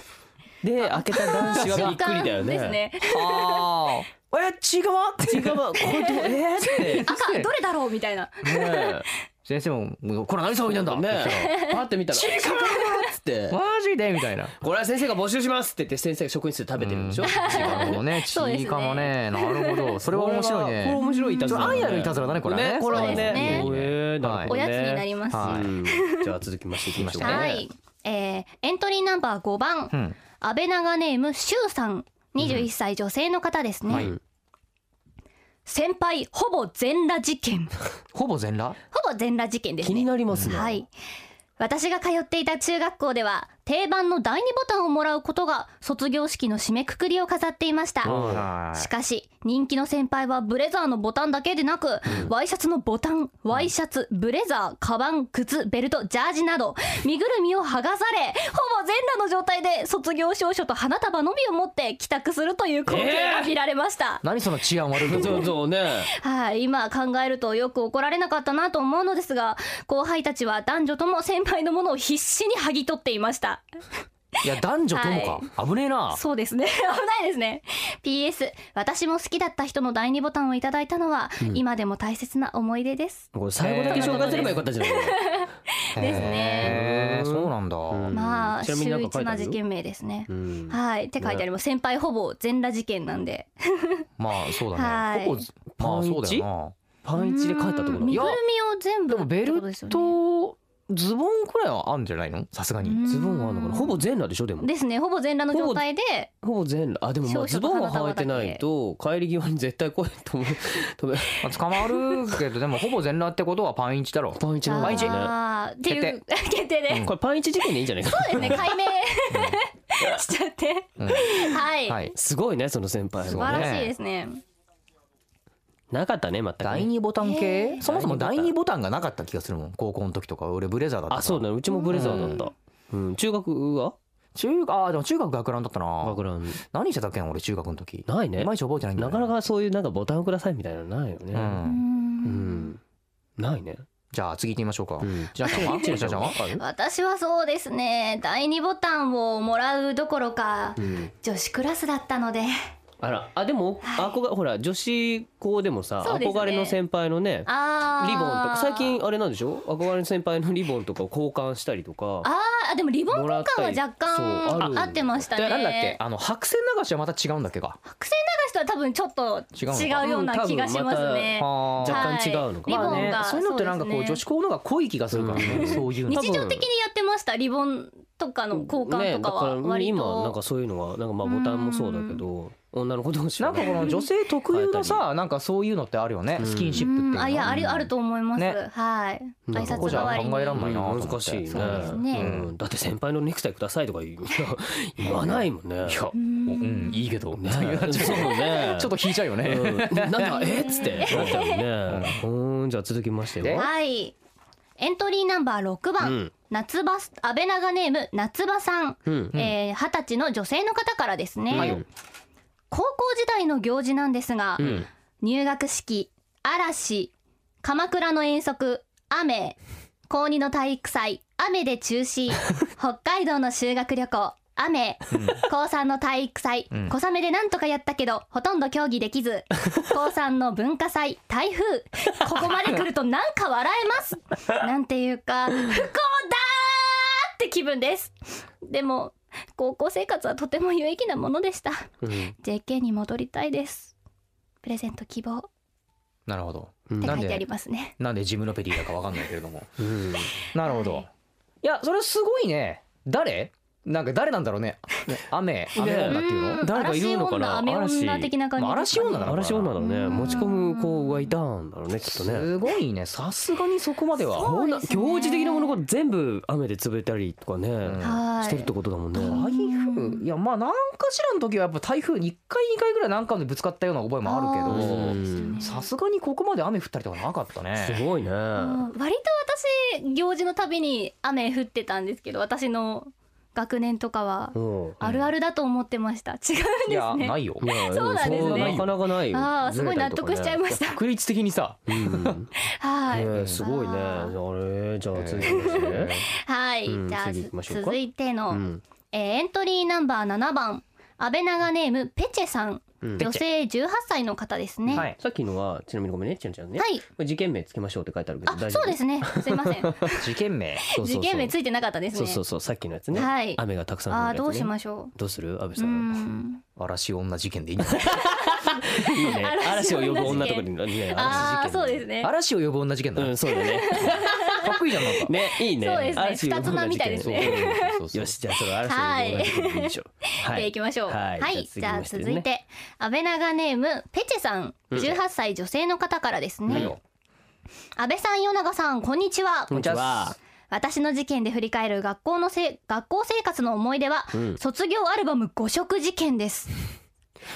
Speaker 3: で開けた男子 はびっくりだよ
Speaker 6: です
Speaker 3: ね
Speaker 6: ね
Speaker 8: あ
Speaker 4: えちいかま
Speaker 3: チーカマこれどうえーって
Speaker 6: 赤どれだろうみたいな
Speaker 3: ねえ
Speaker 8: 先生ももうこれ何騒いでんだ
Speaker 3: ね
Speaker 8: って言っ
Speaker 3: えパって見たら「チーカマ!」っつって
Speaker 8: たらマジでみたいな
Speaker 3: これは先生が募集しますって言って先生が職員室で食べてるんでしょ、
Speaker 8: う
Speaker 3: 違
Speaker 8: なるほど ねち
Speaker 6: そうですね
Speaker 8: いかもねなるほど それ
Speaker 3: こ
Speaker 8: は面白い
Speaker 3: これは
Speaker 8: ね
Speaker 3: 面白いいたずらだね、
Speaker 8: ちょっと暗夜のいたずらだねこれはね
Speaker 3: これはね
Speaker 6: そうですね
Speaker 3: えーなるほ
Speaker 6: お
Speaker 3: どね
Speaker 6: やつになりますよ
Speaker 8: は
Speaker 3: う
Speaker 8: い
Speaker 3: んじゃあ続きましていきましょうね
Speaker 6: はい、えーエントリーナンバー5番、
Speaker 8: うん
Speaker 6: 安倍長ネームしゅうさん21歳女性の方ですね、
Speaker 3: い
Speaker 6: 先輩ほぼ全裸 事件
Speaker 8: ほぼ全裸
Speaker 6: ほぼ全裸事件です
Speaker 3: 気に
Speaker 6: ね
Speaker 3: なりますね、
Speaker 6: はい私が通っていた中学校では定番の第2ボタンをもらうことが卒業式の締めくくりを飾っていました
Speaker 8: は
Speaker 6: しかし人気の先輩はブレザーのボタンだけでなく、ワイシャツのボタンワイシャツブレザーカバン靴ベルトジャージなど身ぐるみを剥がされほぼ全裸の状態で卒業証書と花束のみを持って帰宅するという光景が見られました、
Speaker 8: 何その治安悪いとこ
Speaker 3: そう
Speaker 8: ろ
Speaker 3: そうね
Speaker 6: はい、今考えるとよく怒られなかったなと思うのですが後輩たちは男女とも先輩のものを必死に剥ぎ取っていました
Speaker 8: いや男女ともか危ねえな
Speaker 6: そうですね 危ないですね PS 私も好きだった人の第二ボタンをいただいたのは、今でも大切な思い出です
Speaker 3: これ最後だけ紹介すればよかったじゃない、
Speaker 6: ですね
Speaker 8: へえそうなんだ
Speaker 3: うん
Speaker 6: まあ
Speaker 3: ちなみに
Speaker 6: 秀
Speaker 3: なんか書い
Speaker 6: 逸
Speaker 3: てあ
Speaker 6: な
Speaker 3: る
Speaker 6: 事件名ですね、
Speaker 3: うん
Speaker 6: はいって書いてあります、先輩ほぼ全裸事件なんで
Speaker 8: まあそうだ
Speaker 6: は
Speaker 8: ね
Speaker 6: い
Speaker 8: ほぼまあそうだよ
Speaker 3: パンイチで書いたとこ
Speaker 6: うん
Speaker 3: ろ
Speaker 6: 身ぐ
Speaker 8: や
Speaker 6: るみを
Speaker 8: な
Speaker 6: 全
Speaker 8: で
Speaker 6: 部
Speaker 8: もベルトズボンくらいはあるんじゃないのさすがに
Speaker 3: ズボンはあるのかなほぼ全裸でしょでも
Speaker 6: ですねほぼ全裸の状態で
Speaker 3: ほぼ全裸あでもまあ
Speaker 6: 少
Speaker 3: ズ
Speaker 6: 々と
Speaker 3: ボンは
Speaker 6: 花
Speaker 3: 履
Speaker 6: 束
Speaker 3: いてないと帰り際に絶対声止め 止め
Speaker 8: まあ捕まるけどでもほぼ全裸ってことはパンイチだろ
Speaker 3: パンイチの
Speaker 6: あ
Speaker 3: パンイチ
Speaker 6: ーっていう決定で、
Speaker 3: これパンイチ事件でいいんじゃ ないかな
Speaker 6: そうです ね解明しちゃって、
Speaker 8: ん
Speaker 6: はい、
Speaker 8: はい
Speaker 3: すごいねその先輩
Speaker 6: 素
Speaker 3: は
Speaker 6: 晴
Speaker 3: ね
Speaker 6: らしいですね
Speaker 3: なかったね全く
Speaker 8: 第
Speaker 3: ね
Speaker 8: 二ボタン
Speaker 6: へ
Speaker 8: 系
Speaker 6: ー
Speaker 8: そもそも第二ボタンがなかった気がするもん高校の時とか俺ブレザーだったから
Speaker 3: あそうだねうちもブレザーだったうん中学は
Speaker 8: 中学あーでも中学学ランだったな
Speaker 3: 学ラン
Speaker 8: 何してたっけな俺中学の時
Speaker 3: ないね
Speaker 8: いまいち覚えてないんだ
Speaker 3: な
Speaker 8: よ
Speaker 3: か
Speaker 8: ね
Speaker 3: なかそういうなんかボタンをくださいみたいなのないよ
Speaker 8: う
Speaker 3: ね
Speaker 8: ん
Speaker 3: うんないね
Speaker 8: じゃあ次行ってみましょうか
Speaker 3: うん
Speaker 8: じゃあ今日はじゃあじゃあじゃあ
Speaker 6: 私はそうですね第二ボタンをもらうどころか、
Speaker 3: うん
Speaker 6: 女子クラスだったので
Speaker 3: あらあでも憧れほら女子校でもさ
Speaker 6: そうですね
Speaker 3: 憧れの先輩のね
Speaker 6: あー
Speaker 3: リボンとか最近あれなんでしょ憧れの先輩のリボンとかを交換したりとか
Speaker 6: あーあでもリボン
Speaker 3: もらっ
Speaker 6: 交換
Speaker 3: たり
Speaker 6: は若
Speaker 3: そうある
Speaker 6: 干あ合ってましたね
Speaker 8: でなんだっけあの白線流しはまた違うんだっけか
Speaker 6: 白線流しとは多分ちょっと
Speaker 8: 違うのか
Speaker 6: 違うような気がしますね、
Speaker 8: あー
Speaker 3: 若
Speaker 6: はい
Speaker 3: 干違うのか
Speaker 6: リボ
Speaker 8: まあ
Speaker 6: ン
Speaker 8: ね
Speaker 6: が
Speaker 8: そういうのってなんかこう女子校の方が濃い気がするから
Speaker 3: う
Speaker 8: ね
Speaker 3: ん
Speaker 8: そういうの
Speaker 6: 日常的にやってましたリボンとかの交換とかは
Speaker 3: ねだから
Speaker 6: 割と、
Speaker 3: 今なんかそういうのはなんかまあボタンもそうだけど、女の子同士
Speaker 4: な
Speaker 3: は
Speaker 4: んか
Speaker 3: ね
Speaker 4: この女性特有の
Speaker 3: 変え
Speaker 4: さなんかそういうのってあるよね
Speaker 3: うん
Speaker 4: スキンシップっていう
Speaker 6: うん
Speaker 4: の
Speaker 6: あいやありあると思います、
Speaker 4: ね
Speaker 6: はい
Speaker 3: な
Speaker 6: 挨
Speaker 3: んか
Speaker 6: 拶
Speaker 3: ここじ
Speaker 6: 代
Speaker 3: ゃ
Speaker 6: わりに
Speaker 4: 考えらんないなと思って
Speaker 3: 難しいね
Speaker 6: そうですね
Speaker 3: うんだって先輩のネクタイくださいとか言う言わないもんねいや
Speaker 4: いや
Speaker 6: ん
Speaker 4: うんいいけど
Speaker 3: ね
Speaker 4: ね
Speaker 3: そうね
Speaker 4: ちょっと引いちゃうよね、
Speaker 3: うんなんかえっつってなっちゃうよ ねうんじゃあ続きまして
Speaker 4: で
Speaker 3: は
Speaker 6: はいエントリーナンバー6番、
Speaker 3: うん
Speaker 6: 夏場安倍長ネーム夏場さん
Speaker 3: うん
Speaker 6: 二十、えー20歳の女性の方からですね、高校時代の行事なんですが、
Speaker 3: ん
Speaker 6: 入学式嵐鎌倉の遠足雨高2の体育祭雨で中 止北海道の修学旅行雨高3の体育祭、
Speaker 4: うん
Speaker 6: 小雨でなんとかやったけどほとんど競技で きず高3の文化祭台風ここまで来るとなんか笑えますなんていうか不幸だーって気分ですでも高校生活はとても有益なものでした
Speaker 3: うん、
Speaker 6: JK に戻りたいですプレゼント希望っ
Speaker 4: なるほど
Speaker 3: うん
Speaker 6: て
Speaker 4: な
Speaker 6: 書
Speaker 4: ん
Speaker 6: いてあ
Speaker 4: で
Speaker 6: りますね
Speaker 4: なんでジムロペディだかわかんないけれども
Speaker 3: うん
Speaker 4: なるほど、
Speaker 6: はい
Speaker 4: い、やそれすごいね誰なんか誰なんだろうねね 雨雨女っていうの
Speaker 6: ん
Speaker 3: 誰かいるのかな
Speaker 6: 嵐女雨女的な感じ
Speaker 4: まあ
Speaker 6: ですかね
Speaker 4: 嵐女なの
Speaker 3: 嵐女だね持ち込む子がいたんだろうねきっとね
Speaker 4: すごいねさすがにそこまでは
Speaker 6: そうですね
Speaker 3: こんな行事的なものが全部雨で潰れたりとかね、
Speaker 4: ん
Speaker 6: はい
Speaker 3: してるってことだもんね、
Speaker 4: 台風いやまあ何かしらの時はやっぱ台風に1回2回ぐらい何回もぶつかったような覚えもあ
Speaker 6: あ
Speaker 4: るけ
Speaker 3: うん
Speaker 4: どさすがにここまで雨降ったりとかなかった
Speaker 3: す
Speaker 4: ね。
Speaker 3: ごいね
Speaker 6: うん割と私行事のたびに雨降ってたんですけど私の学年とかは
Speaker 3: うん
Speaker 6: あるあるだと思ってました違うん
Speaker 4: い
Speaker 6: で
Speaker 4: や
Speaker 6: すね
Speaker 4: ないよ。
Speaker 3: いや
Speaker 6: そうなんですね
Speaker 3: そなかなかないよ
Speaker 6: ああすごい納得しちゃいました、
Speaker 4: 確率的にさ。
Speaker 3: うん
Speaker 6: はい、
Speaker 3: ねえすごいねあ
Speaker 6: あ
Speaker 3: れじゃあ続きまして
Speaker 4: え
Speaker 3: ね
Speaker 6: はい、
Speaker 3: うん
Speaker 6: じゃあ
Speaker 3: 次行きましょうか
Speaker 6: 続いての、
Speaker 3: うん
Speaker 6: えーエントリーナンバー7番安倍長ネームペチェさん
Speaker 3: うん
Speaker 6: 女性18歳の方ですね
Speaker 4: ーは。
Speaker 6: はい
Speaker 3: さっきのはちなみにごめんねちゃんちゃんね、
Speaker 6: い
Speaker 3: これ事件名つけましょうって書いてあるけど
Speaker 6: あ
Speaker 3: 大丈夫
Speaker 6: そうですねすい ません
Speaker 4: 事件名。
Speaker 3: そうそうそう
Speaker 6: 事件名ついてなかったです
Speaker 3: そう
Speaker 6: ね
Speaker 3: そうそうさっきのやつね、
Speaker 6: はい
Speaker 3: 雨がたくさん降る
Speaker 6: あ
Speaker 3: や
Speaker 6: あ
Speaker 3: つ、ね、
Speaker 6: どうしましょ
Speaker 3: どうする安部
Speaker 6: う
Speaker 3: さ
Speaker 6: うんん
Speaker 4: 嵐女事件でいいんじゃない
Speaker 3: いいね 嵐
Speaker 6: 嵐
Speaker 3: を
Speaker 6: を
Speaker 3: 呼ぶ
Speaker 6: 呼ぶ
Speaker 3: 女
Speaker 6: 女
Speaker 3: と
Speaker 6: と
Speaker 3: か
Speaker 6: か
Speaker 3: に
Speaker 6: に
Speaker 3: ね
Speaker 6: ああーそうですすね
Speaker 4: 嵐を呼ぶ女事件だ。
Speaker 3: う
Speaker 4: か
Speaker 3: んそうだね
Speaker 4: っこいいじゃんなん か。
Speaker 3: ねいいね
Speaker 6: そうですね
Speaker 3: 嵐を呼ぶ女事件
Speaker 6: 二つ名みたいです
Speaker 4: ね
Speaker 3: そうそうそうよしじゃあそれ嵐を呼ぶ女事件でいいでしょうは
Speaker 6: でいきましょう。
Speaker 3: はい
Speaker 6: じゃあ
Speaker 3: 続
Speaker 6: 続
Speaker 3: きましてね
Speaker 6: いて安倍長ネームペチェさん、
Speaker 3: うん
Speaker 6: 18歳女性の方からです
Speaker 3: はい
Speaker 6: ね。安倍さん、与永さん、こんにちは
Speaker 3: こ。んにちは
Speaker 6: 私の事件で振り返る学校のせい学校生活の思い出は、
Speaker 3: うん
Speaker 6: 卒業アルバム誤食事件です。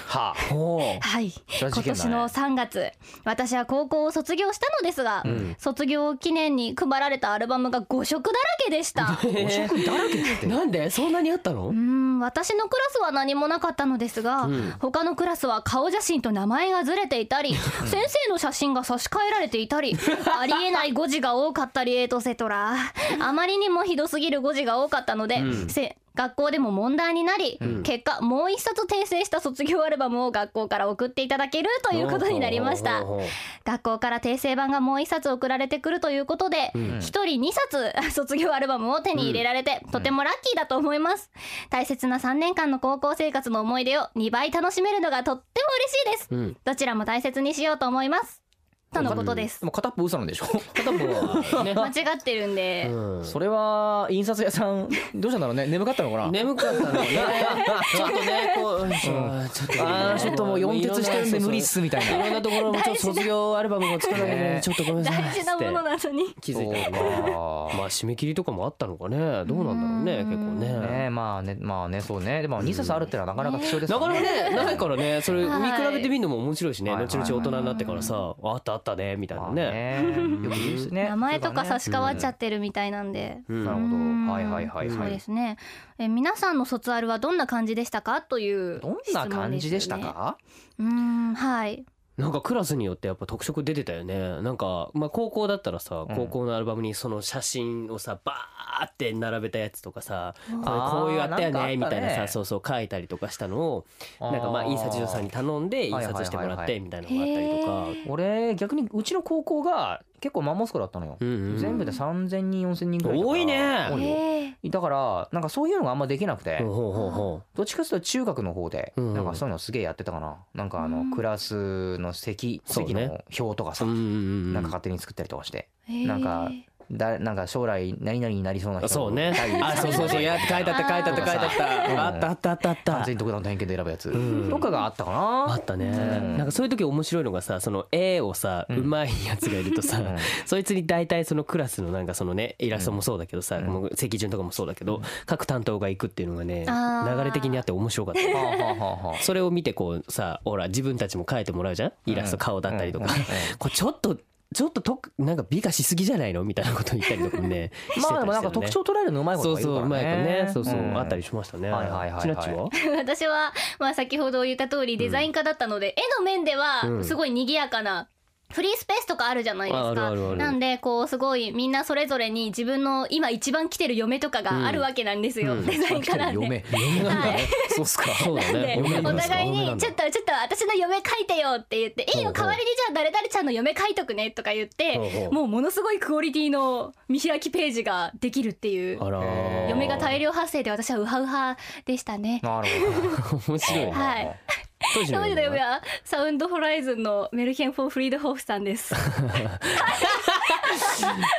Speaker 4: はあ。
Speaker 3: ほ
Speaker 6: はい。
Speaker 4: それは
Speaker 6: 今
Speaker 4: 事件だ
Speaker 6: 年
Speaker 4: ね
Speaker 6: の3月、私は高校を卒業したのですが、卒業記念に配られたアルバムが誤食だらけでした。
Speaker 3: うお食だらけってなんでそんなにあったの
Speaker 6: うーん私のクラスは何もなかったのですが、
Speaker 3: うん
Speaker 6: 他のクラスは顔写真と名前がずれて いたり先生の写真が差し替えられていたりありえない誤字が多かったりエトセトラあまりにもひどすぎる誤字が多かったので、
Speaker 3: うん
Speaker 6: せ学校でも問題になり、
Speaker 3: ん
Speaker 6: 結果もう一冊訂正した卒業アルバムを学校から送っていただけるということになりました
Speaker 3: ほうほうほう
Speaker 6: 学校から訂正版がもう一冊送られてくるということで一、人二冊 卒業アルバムを手に入れられて、とてもラッキーだと思います大切な3年間の高校生活の思い出を2倍楽しめるのがとっても嬉しいです
Speaker 3: ほううん
Speaker 6: どちらも大切にしようと思いますとのことです
Speaker 4: で、も片っぽ嘘なん でしょ
Speaker 3: 片方はね
Speaker 6: 間違ってるんで、
Speaker 3: うん
Speaker 4: それは印刷屋さんどうしたんだろうね眠かったのかな。
Speaker 3: 眠かったのねちょっとねこうちょっとね
Speaker 4: あーちょっともう四徹してるんで無理っすみたい
Speaker 3: い
Speaker 4: な。
Speaker 3: ろんなところもちょっと卒業アルバムを作らなきゃいけないんで
Speaker 4: ね
Speaker 3: ちょっとごめんなさい
Speaker 6: 大事なものなのに
Speaker 3: 気づいた
Speaker 4: そ
Speaker 3: ら
Speaker 4: う
Speaker 3: ね
Speaker 4: か
Speaker 3: まあ締め切りとかもあったのかねどうなんだろうね結構
Speaker 4: ね
Speaker 3: ね
Speaker 4: まあねまあねそうねでも2冊あるってのはなかなか貴重です
Speaker 3: な
Speaker 4: よ
Speaker 3: かなか
Speaker 4: ね
Speaker 3: ねないからねそれ見
Speaker 6: はい
Speaker 3: 比べてみるのも面白いしね
Speaker 4: はい
Speaker 3: 後々大人になってからさあったあったねみたい
Speaker 4: ま
Speaker 3: な
Speaker 4: あ
Speaker 3: ね
Speaker 4: ねよく言うしね
Speaker 6: 名前とか差
Speaker 4: し
Speaker 6: し替わっちゃってるみたいなんで、
Speaker 3: うん
Speaker 4: なるほ
Speaker 6: うん
Speaker 4: どはいはいはい
Speaker 6: そ
Speaker 4: は
Speaker 6: うで
Speaker 4: い
Speaker 6: すねえ皆さんの卒アルはどんな感じでしたかという
Speaker 4: どんな感じでした
Speaker 6: 質問すよね
Speaker 4: か
Speaker 6: うーんはい。
Speaker 3: なんかクラスによってやっぱ特色出てたよねなんかまあ高校だったらさ
Speaker 4: うん
Speaker 3: 高校のアルバムにその写真をさバーって並べたやつとかさこれ
Speaker 4: あー
Speaker 3: こういうあったよ
Speaker 4: なんかあっ
Speaker 3: ね
Speaker 4: たね
Speaker 3: みたいなさそうそう書いたりとかしたのをなんかまあ印刷所さんに頼んで印刷してもらってみたいなのがあったりとか
Speaker 6: へー
Speaker 4: 俺逆にうちの高校が結構マンモス校だったのよ
Speaker 3: うんうん
Speaker 4: 全部で3000人4000人ぐらいだから
Speaker 3: 多いね
Speaker 4: 多いよ
Speaker 6: へえ
Speaker 4: だからなんかそういうのがあんまできなくて
Speaker 3: ほうほうほうほ
Speaker 4: どっちかというと中学の方で
Speaker 3: うん
Speaker 4: なんかそういうのすげえやってたかななんかあ
Speaker 6: う
Speaker 4: の
Speaker 6: ん
Speaker 4: クラスの席
Speaker 3: そうね
Speaker 4: 席の表とか
Speaker 3: う
Speaker 4: さ
Speaker 3: うんう
Speaker 4: なんん
Speaker 3: う
Speaker 4: か
Speaker 3: ん
Speaker 4: 勝手に作ったりとかして
Speaker 6: へえ
Speaker 4: なんかだなんか将来何々になりそうな人
Speaker 3: そうね
Speaker 4: 対
Speaker 3: あそうそうそうや書いてあった書いてあった書いてあったあったあったあったあった
Speaker 8: 完全に独断と偏見で選ぶやつ
Speaker 3: ん
Speaker 8: とかがあったか
Speaker 3: あ
Speaker 8: な
Speaker 3: ったね、なんかそういう時面白いのがさその絵をさ、うまいやつがいるとさ、そいつに大体そのクラスのなんかそのねイラストもそうだけどさ、この席順とかもそうだけど、各担当が行くっていうのがね
Speaker 6: あー
Speaker 3: 流れ的にあって面白かった
Speaker 8: はあはあはあはあ
Speaker 3: それを見てこうさほら自分たちも描いてもらうじゃんイラスト顔だったりとか、
Speaker 4: うんうん
Speaker 3: これちょっとちょっととくなんか美化しすぎじゃないのみたいなこと言ったりとかもね して
Speaker 8: ま
Speaker 3: た
Speaker 8: あで
Speaker 3: り
Speaker 8: も
Speaker 3: し
Speaker 8: なんか
Speaker 3: てるね
Speaker 8: 特徴捉えるのうまいこと
Speaker 3: そう
Speaker 8: がいる
Speaker 3: そうう
Speaker 8: か
Speaker 3: まいから
Speaker 8: ら
Speaker 3: ね
Speaker 8: ね
Speaker 3: そうそうんあったりしましたね
Speaker 8: はいはいはいはい
Speaker 3: ちなっちは
Speaker 6: 私は、まあ、先ほど言った通りデザイン科だったので、絵の面で
Speaker 3: う
Speaker 6: は
Speaker 3: ん
Speaker 6: すごい賑やかな。フリースペースとかあるじゃないです
Speaker 3: あある
Speaker 6: か
Speaker 3: あるある
Speaker 6: なんでこうすごいみんなそれぞれに自分の今一番来てる嫁とかがあるわけなんですよ、 デザイン科なんで、
Speaker 8: 嫁
Speaker 3: 嫁なんだね
Speaker 8: そうっすか
Speaker 3: そうだね
Speaker 6: で
Speaker 3: 嫁なん
Speaker 6: お
Speaker 3: ですか
Speaker 6: 互い
Speaker 8: 嫁な
Speaker 6: に
Speaker 8: ん
Speaker 6: ち
Speaker 8: だ
Speaker 6: ょっとちょっと私の嫁書いてよって言っていいよ代わりにじゃあ誰々ちゃんの嫁書いとくねとか言って
Speaker 3: ほうほう
Speaker 6: もうものすごいクオリティの見開きページができるっていう
Speaker 3: あらー
Speaker 6: 嫁が大量発生で私はウハウハでしたね
Speaker 8: なるほど
Speaker 3: 面白いね
Speaker 6: はい
Speaker 3: 当時
Speaker 6: 当
Speaker 3: の
Speaker 6: 時
Speaker 3: 嫁
Speaker 6: の
Speaker 3: は
Speaker 6: 嫁はサウンドホライズンのメルヘン・フォー・フリードホーフさんです。は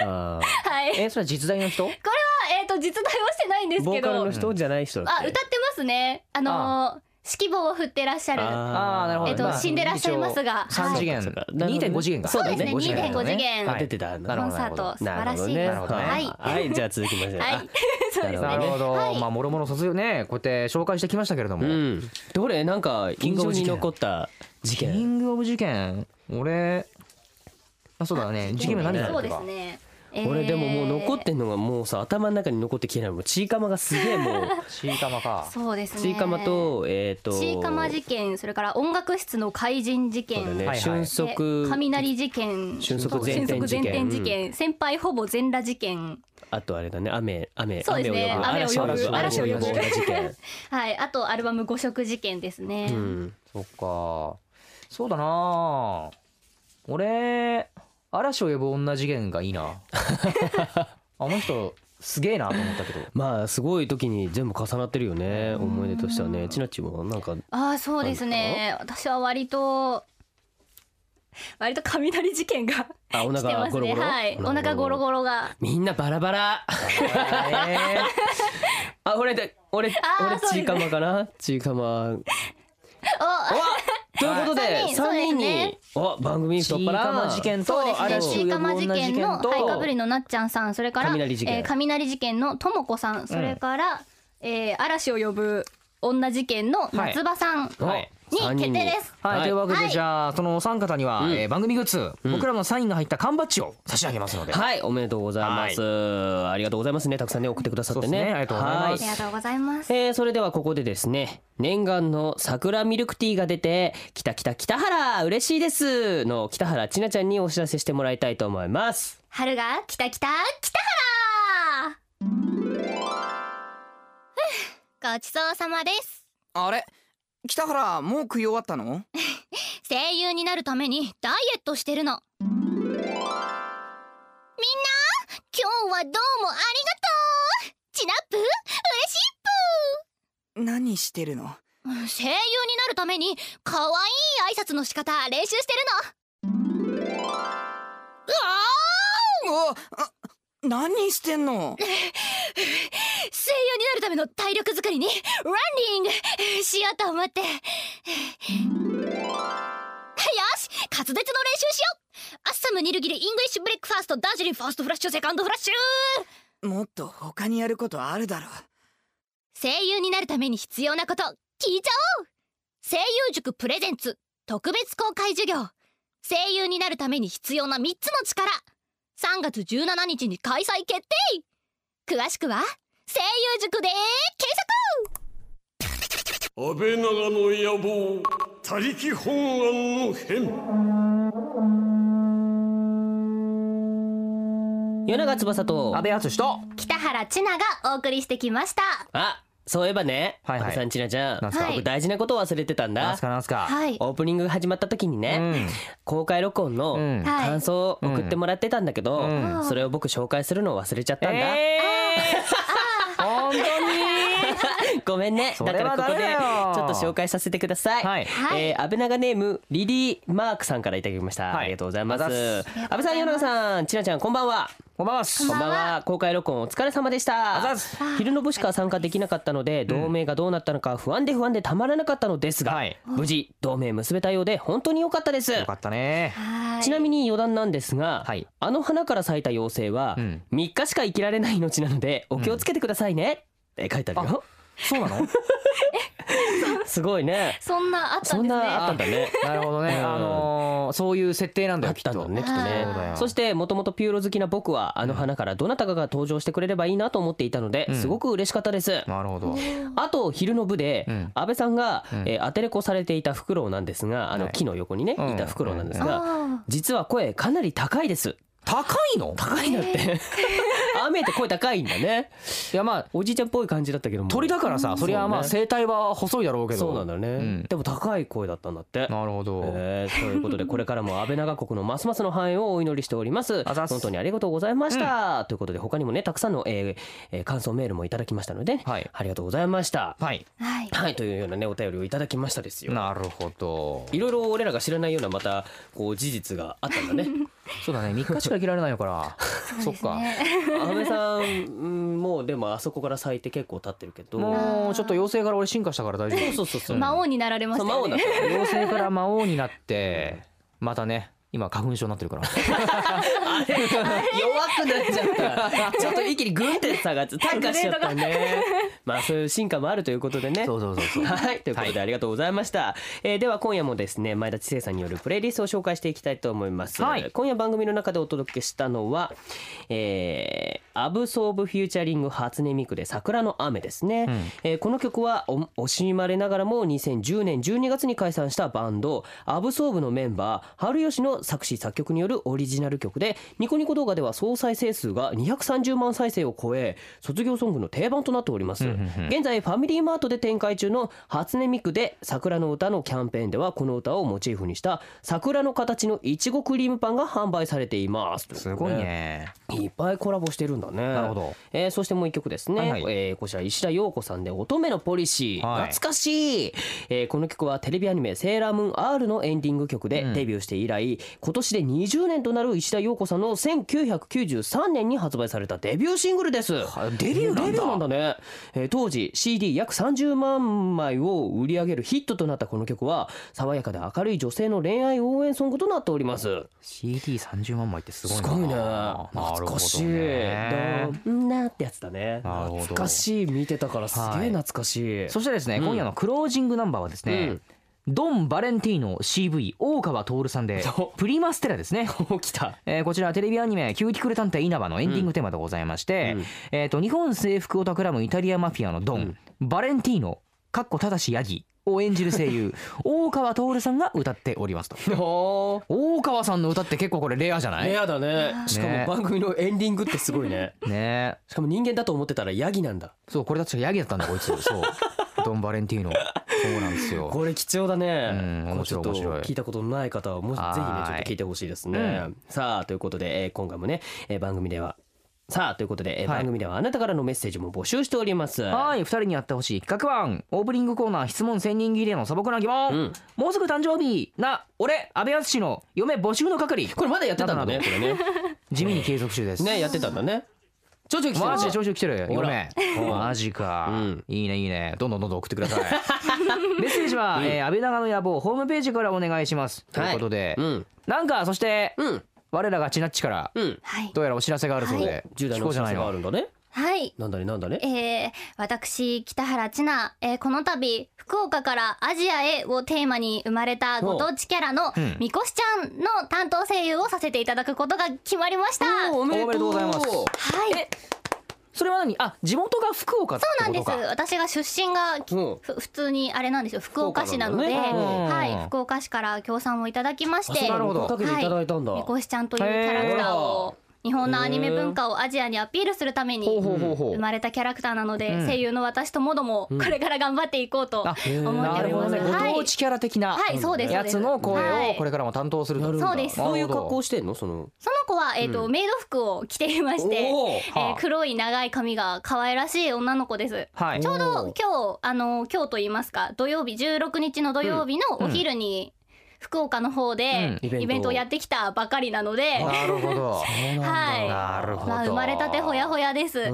Speaker 3: あー
Speaker 6: い。
Speaker 8: えそれは実在の 人
Speaker 6: えっ、と実在はしてないんです
Speaker 3: ボー
Speaker 6: け
Speaker 3: カル
Speaker 6: ど、あ
Speaker 3: の
Speaker 6: 歌って
Speaker 3: 人じゃない人だっけ
Speaker 6: ますね。あのー、指揮棒を振ってらっしゃる。
Speaker 3: あー
Speaker 8: ーなるほど
Speaker 6: えっ と
Speaker 8: まあ
Speaker 6: 死んでらっしゃいますが
Speaker 8: 三次元
Speaker 3: そうかそうか
Speaker 8: 2.5次元が
Speaker 3: そうだ
Speaker 6: ねそうですね
Speaker 8: 5
Speaker 6: 2.5次元
Speaker 8: は
Speaker 3: 出
Speaker 8: い
Speaker 3: てた
Speaker 8: なるほ
Speaker 6: コン
Speaker 8: ど
Speaker 6: サート素晴らしい。
Speaker 3: な
Speaker 8: るほどね
Speaker 6: はい。
Speaker 3: はいじゃあ続きまして
Speaker 6: はい。そうです
Speaker 8: な
Speaker 6: ね
Speaker 8: る。ほど、
Speaker 6: はい
Speaker 8: まあもろもろ卒業ねこうやって紹介してきましたけれども、
Speaker 3: うんどれなんか
Speaker 8: キン
Speaker 3: 印
Speaker 8: グオ
Speaker 3: 象
Speaker 8: ブ事件
Speaker 3: に残った事
Speaker 8: キ
Speaker 3: 件
Speaker 8: ングオブ事件俺あそうだね事件名何だった
Speaker 6: そ
Speaker 8: っ
Speaker 6: う
Speaker 8: け
Speaker 6: で
Speaker 8: か
Speaker 6: すね。
Speaker 3: 俺でももう残ってんのがもうさ頭の中に残ってきてないもうちいかまがすげえ もう
Speaker 8: ちいかまか
Speaker 6: そうですね。
Speaker 3: ちいかまとえっと
Speaker 6: ちいかま事件、それから音楽室の怪人事
Speaker 3: そうだ
Speaker 6: 件。
Speaker 3: ね
Speaker 8: はいはい
Speaker 3: 瞬
Speaker 6: で
Speaker 3: 足
Speaker 6: 雷事件
Speaker 3: 瞬足前転事件
Speaker 6: 瞬足前転事件先輩ほぼ全裸事件
Speaker 3: あとあれだね雨雨
Speaker 6: そうですね
Speaker 3: 雨を呼ぶ
Speaker 6: 雨を
Speaker 3: 嵐を
Speaker 6: 呼ぶ
Speaker 3: 呼ぶ
Speaker 6: 嵐を呼ぶ
Speaker 3: 事 件
Speaker 6: はいあとアルバム誤食事件ですね、
Speaker 3: うん
Speaker 8: そっかそうだな俺嵐を呼ぶ女次元がいい なあの人すげえなと思 ったけど
Speaker 3: まあすごい時に全部重なってるよね思い出としてはねちなっちもなんか
Speaker 6: ああそうですね私は割と割と雷事件が
Speaker 3: あお
Speaker 6: 来て
Speaker 3: 腹
Speaker 6: ます
Speaker 3: ゴロ
Speaker 6: ね
Speaker 3: ゴロ
Speaker 6: はいお腹ゴロゴロが
Speaker 3: みんなバラバラ。あ、俺で、俺、
Speaker 6: あー
Speaker 3: 俺
Speaker 6: そうです
Speaker 3: ち
Speaker 6: ね
Speaker 3: いかまかな。ちいか ま。
Speaker 6: おあ
Speaker 3: ということで、
Speaker 6: 三人そう
Speaker 3: 三人に、お、番組
Speaker 6: ですね
Speaker 3: 太っ
Speaker 8: ちい
Speaker 3: 腹
Speaker 8: かま事件と
Speaker 6: そうで
Speaker 8: 嵐
Speaker 6: す
Speaker 8: を呼
Speaker 6: ねちいか
Speaker 8: ぶ
Speaker 6: ま
Speaker 8: 女
Speaker 6: 事
Speaker 8: 次
Speaker 6: 件の
Speaker 8: 元と
Speaker 6: はいかぶりのなっちゃんさんそれから
Speaker 3: 雷事件
Speaker 6: えー雷事件のともこさんそれから、えー嵐を呼ぶ女事件の夏葉さんに
Speaker 8: はい
Speaker 3: 三
Speaker 6: 決
Speaker 3: 人に
Speaker 6: 定です、
Speaker 8: はい、
Speaker 3: はい
Speaker 8: というわけで、
Speaker 6: はい
Speaker 8: じゃあそのお三方には、
Speaker 3: ん
Speaker 8: えー番組グッズ、僕らのサインが入った缶バッジを差し上げますので、
Speaker 3: はい、おめでとうございます。ありがとうございますね。たくさんね、送ってくださって
Speaker 8: そうです
Speaker 3: ね。
Speaker 8: ねありがとうございます
Speaker 3: は
Speaker 6: ありがとうございます
Speaker 3: えーそれではここでですね念願の桜ミルクティーが出て「きたきた北原嬉しいです」の北原千奈ちゃんにお知らせしてもらいたいと思います
Speaker 6: 春が来た来た来たからふうごちそうさまです
Speaker 9: あれ北原もう食い終わったの
Speaker 6: 声優になるためにダイエットしてるのみんな今日はどうもありがとうチナップ嬉し
Speaker 9: 何してるの
Speaker 6: いっぷ声優になるために可愛い挨拶の仕方練習してるのう
Speaker 9: お
Speaker 6: わ
Speaker 9: あ何してんの
Speaker 6: ー声優になるための体力作りにランニングしようと思ってよし滑舌の練習しようアッサムニルギリイングリッシュブレックファーストダージリンファーストフラッシュセカンドフラッシュ
Speaker 9: もっと他にやることあるだろ
Speaker 6: 声優になるために必要なこと聞いちゃおう声優塾プレゼンツ特別公開授業声優になるために必要な3つの力3月17日に開催決定詳しくは声優塾で検索
Speaker 2: 安倍長の野望他力本願の変
Speaker 3: 夜長翼と
Speaker 8: 安倍敦史と
Speaker 6: 北原千奈がお送りしてきました
Speaker 3: あそういえばね、
Speaker 8: はいはい
Speaker 3: 安倍さん千奈ちゃ
Speaker 8: なんす
Speaker 6: か
Speaker 3: ん僕大事なことを忘れてたん
Speaker 8: な
Speaker 3: だ
Speaker 8: んすかなんすか、
Speaker 6: はい
Speaker 3: オープニングが始まった時にね、
Speaker 8: うん
Speaker 3: 公開録音
Speaker 8: う
Speaker 3: の
Speaker 8: ん
Speaker 6: はい
Speaker 3: 感想を送ってもらってたんだけど、
Speaker 8: うん
Speaker 6: うん
Speaker 3: それを僕紹介するのを忘れちゃったんだ、
Speaker 8: えー、本当に
Speaker 3: ごめんね
Speaker 4: そ
Speaker 3: だか
Speaker 4: れ
Speaker 3: ら
Speaker 4: は
Speaker 3: ここで
Speaker 4: ダメだよ
Speaker 3: ちょっと紹介させてください、
Speaker 4: はい
Speaker 6: はい
Speaker 3: えー安倍長ネームリリーマークさんからいただきました、
Speaker 4: はい
Speaker 3: ありがとうございま
Speaker 4: あり
Speaker 3: す
Speaker 4: が
Speaker 3: 安倍さん米長さんちなちゃんこんばんは
Speaker 4: こんばんはっす
Speaker 3: こんばんは公開録音お疲れ様でした
Speaker 4: あざっす
Speaker 3: 昼の部しか参加できなかったので同盟がどうなったのか不安で不安でたまらなかったのですが、
Speaker 4: はい
Speaker 3: 無事同盟結べたようで本当に良かったです
Speaker 4: よかったね
Speaker 6: はい
Speaker 3: ちなみに余談なんですが、
Speaker 4: はい
Speaker 3: あの花から咲いた妖精は
Speaker 4: うん
Speaker 3: 3日しか生きられない命なのでお気をつけてくださいね、って書いてあるよ
Speaker 4: そうなの
Speaker 3: すごいね
Speaker 6: そんなあった
Speaker 3: そ
Speaker 6: ん
Speaker 3: ん
Speaker 6: ですね
Speaker 3: なあったんだね
Speaker 4: なるほどね
Speaker 3: うん
Speaker 4: あのーそういう設定なんだ
Speaker 3: あ
Speaker 4: よ
Speaker 3: っ
Speaker 4: きった
Speaker 3: んだ
Speaker 4: と
Speaker 3: ねきっと
Speaker 6: そうだ
Speaker 3: ね
Speaker 4: よ
Speaker 3: そしてもともとピューロ好きな僕はあの花からどなたかが登場してくれればいいなと思っていたので、
Speaker 4: うん
Speaker 3: すごく嬉しかったです、
Speaker 4: なるほど
Speaker 3: あと昼の部で、
Speaker 4: うん
Speaker 3: 安倍さんが、
Speaker 4: うん
Speaker 3: えーアテレコされていたフクロウなんですがあの
Speaker 4: はい
Speaker 3: 木の横にね、
Speaker 4: うん
Speaker 3: いたフクロウなんです
Speaker 6: あ
Speaker 3: が、
Speaker 6: ー
Speaker 3: 実は声かなり高いです
Speaker 4: 高いの
Speaker 3: 高いんだって、ああ見えて声高いんだね
Speaker 4: いやまあ
Speaker 3: おじいちゃんっぽい感じだったけども
Speaker 4: 鳥だからさそりゃまあ
Speaker 3: そうね
Speaker 4: 声帯は細いだろうけど
Speaker 3: そうなんだね、
Speaker 4: うん
Speaker 3: でも高い声だったんだって
Speaker 4: なるほど
Speaker 3: えーということでこれからも安倍長国のますますの繁栄をお祈りしております
Speaker 4: あざっす
Speaker 3: 本当にありがとうございました、ということで他にもねたくさんの、えーえー感想メールもいただきましたので、
Speaker 4: はい
Speaker 3: ありがとうございました
Speaker 4: はい
Speaker 6: はい
Speaker 3: はいというようなねお便りをいただきましたですよ
Speaker 4: なるほど
Speaker 3: いろいろ俺らが知らないようなまたこう事実があったん だね
Speaker 4: そうだね3日しか生きられないから
Speaker 6: そ
Speaker 4: そうっ
Speaker 6: です
Speaker 4: か
Speaker 6: ね
Speaker 3: 安倍さんうんもうでもあそこから咲いて結構経ってるけど
Speaker 4: もうちょっと妖精から俺進化したから大丈夫
Speaker 3: そうそうそう
Speaker 6: 魔王になられまし
Speaker 3: そう
Speaker 6: た
Speaker 3: 魔
Speaker 6: よ
Speaker 3: 王だ
Speaker 6: ね
Speaker 3: った
Speaker 4: 妖精から魔王になってまたね今花粉症になってるから
Speaker 3: あれ弱くなっち ゃったちょっと一気にグンって下がって退化しちゃったねまあそういう進化もあるということでね
Speaker 4: そうそうそうそ う
Speaker 3: はいということでありがとうございました、えーでは今夜もですね前田知世さんによるプレイリストを紹介していきたいと思います、
Speaker 4: はい
Speaker 3: 今夜番組の中でお届けしたのは、えーアブソーブフューチャリング初音ミクで桜の雨ですね、
Speaker 4: うん
Speaker 3: えーこの曲はお惜しまれながらも2010年12月に解散したバンドアブソーブのメンバー春吉の作詞作曲によるオリジナル曲でニコニコ動画では総再生数が230万再生を超え卒業ソングの定番となっております、
Speaker 4: うんうんうん
Speaker 3: 現在ファミリーマートで展開中の初音ミクで桜の歌のキャンペーンではこの歌をモチーフにした桜の形のいちごクリームパンが販売されています
Speaker 4: すごいね
Speaker 3: いっぱいコラボしてるんだね。な
Speaker 4: るほど。
Speaker 3: えーそしてもう一曲ですね。
Speaker 4: はいはい
Speaker 3: えーこちら石田洋子さんで乙女のポリシー。
Speaker 4: はい
Speaker 3: 懐かしい、えーこの曲はテレビアニメセーラームーン R のエンディング曲で
Speaker 4: うん
Speaker 3: デビューして以来、今年で20年となる石田洋子さんの1993年に発売されたデビューシングルです。
Speaker 4: デビューなんだ
Speaker 3: デビューなんだね。えー当時 CD 約30万枚を売り上げるヒットとなったこの曲は爽やかで明るい女性の恋愛応援ソングとなっております。
Speaker 4: CD30 万枚ってすごい
Speaker 3: す
Speaker 4: な
Speaker 3: ごいね懐かしい
Speaker 4: なるほどね
Speaker 3: どんなってやつだね
Speaker 4: なるほど
Speaker 3: 懐かしい見てたからすげえ懐かしい
Speaker 4: そしてですね、
Speaker 3: うん
Speaker 4: 今夜のクロージングナンバーはですね、
Speaker 3: うん
Speaker 4: ドン・バレンティーノ CV 大川徹さんで
Speaker 3: そ
Speaker 4: 「プリマステラ」ですね。
Speaker 3: 起きた
Speaker 4: えーこちらはテレビアニメ「キューティクル探偵稲葉」のエンディングテーマでございまして、
Speaker 3: うんうん
Speaker 4: えー、と日本征服を企むイタリアマフィアのドン、バレンティーノかっこただしヤギを演じる声 優大川徹さんが歌っておりますと
Speaker 3: お
Speaker 4: 大川さんの歌って結構これレアじゃない
Speaker 3: レアだねしかも
Speaker 4: ね
Speaker 3: 番組のエンディングってすごい ね
Speaker 4: ね
Speaker 3: しかも人間だと思ってたらヤギなんだ
Speaker 4: そうこれ確かヤギだったんだこいつ そうドン・バレンティーノそうなんですよ
Speaker 3: これ貴重だね
Speaker 4: うん
Speaker 3: これちょっと
Speaker 4: 面白い面白い
Speaker 3: 聞いたことのない方はもしぜひね
Speaker 4: はーい
Speaker 3: ちょっと聞いてほしいです
Speaker 4: う
Speaker 3: ね
Speaker 4: ん
Speaker 3: さあということでえー今回もねえー番組ではさあということでえー
Speaker 4: はい
Speaker 3: 番組ではあなたからのメッセージも募集しております
Speaker 4: はい2人にやってほしい企画案オープニングコーナー質問千人切れの素朴な疑問、
Speaker 3: うん
Speaker 4: もうすぐ誕生日な俺安倍淳の嫁募集の係
Speaker 3: これまだやってたんだね
Speaker 4: な
Speaker 3: これね
Speaker 4: 地味に継続中です、
Speaker 3: ねやってたんだ ね
Speaker 4: ちょちょ来てるマジでちょちょ来てる
Speaker 3: ほら
Speaker 4: 嫁マジか、
Speaker 3: うん
Speaker 4: いいねいいねどんどんどんどん送ってください メッセージは、えー安倍長の野望ホームページからお願いします、
Speaker 3: はい
Speaker 4: ということで、
Speaker 3: うん
Speaker 4: なんかそして、
Speaker 3: うん
Speaker 4: 我らがちなっちから、
Speaker 3: うん
Speaker 6: はい
Speaker 4: どうやらお知らせがあるそうで、
Speaker 3: 重大
Speaker 4: 聞
Speaker 3: な
Speaker 4: こう
Speaker 3: お知
Speaker 4: じゃ
Speaker 3: ら
Speaker 4: ない
Speaker 3: せがあ
Speaker 4: の
Speaker 3: るんだね
Speaker 6: はい
Speaker 3: なんだねなんだね
Speaker 6: えー、私北原千奈、えー、この度福岡からアジアへをテーマに生まれたご当地キャラの
Speaker 4: うん
Speaker 6: みこしちゃんの担当声優をさせていただくことが決まりましたは
Speaker 4: おめでとうございます
Speaker 6: い
Speaker 4: それは何あ地元が福岡って
Speaker 6: そうなん
Speaker 4: こ
Speaker 6: で
Speaker 4: と
Speaker 6: す
Speaker 4: か
Speaker 6: 私が出身がき
Speaker 3: うん
Speaker 6: ふ普通にあれなんですよ福岡市なので
Speaker 3: 福岡なんだ
Speaker 4: ねうん
Speaker 6: はい福岡市から協賛をいただきまし
Speaker 3: あそう
Speaker 6: て
Speaker 3: なるほど
Speaker 6: はい
Speaker 3: かけていただいたんだ
Speaker 6: みこしちゃんというキャラクターを日本のアニメ文化をアジアにアピールするために
Speaker 4: ほうほうほうほ
Speaker 6: 生
Speaker 4: う。
Speaker 6: まれたキャラクターなので、
Speaker 4: うん
Speaker 6: 声優の私ともどもこれから頑張っていこうと、
Speaker 4: あ、
Speaker 6: 思っ
Speaker 4: な
Speaker 6: ており
Speaker 4: るほ
Speaker 6: ま
Speaker 4: ど
Speaker 6: す
Speaker 4: ね。ご当地キャラ的な
Speaker 6: はいそうです
Speaker 4: やつの
Speaker 6: は
Speaker 4: 声を
Speaker 6: い
Speaker 4: これからも担当すると。
Speaker 6: そうです
Speaker 3: どういう格好
Speaker 4: を
Speaker 3: してんのその
Speaker 6: その子は、えーとメイド服を着ていまして、え
Speaker 3: おー
Speaker 6: ー
Speaker 4: はあ
Speaker 6: 黒い長い髪が可愛らしい女の子です。
Speaker 4: はい。
Speaker 6: ちょうど今日あの今日と言いますか土曜日16日の土曜日のお昼に福岡の方で
Speaker 3: うんイベント
Speaker 6: イベントをやってきたばかりなの で、
Speaker 4: なるほど。
Speaker 6: はい
Speaker 4: なるほど
Speaker 6: まあ、生まれたてほやほやです。ど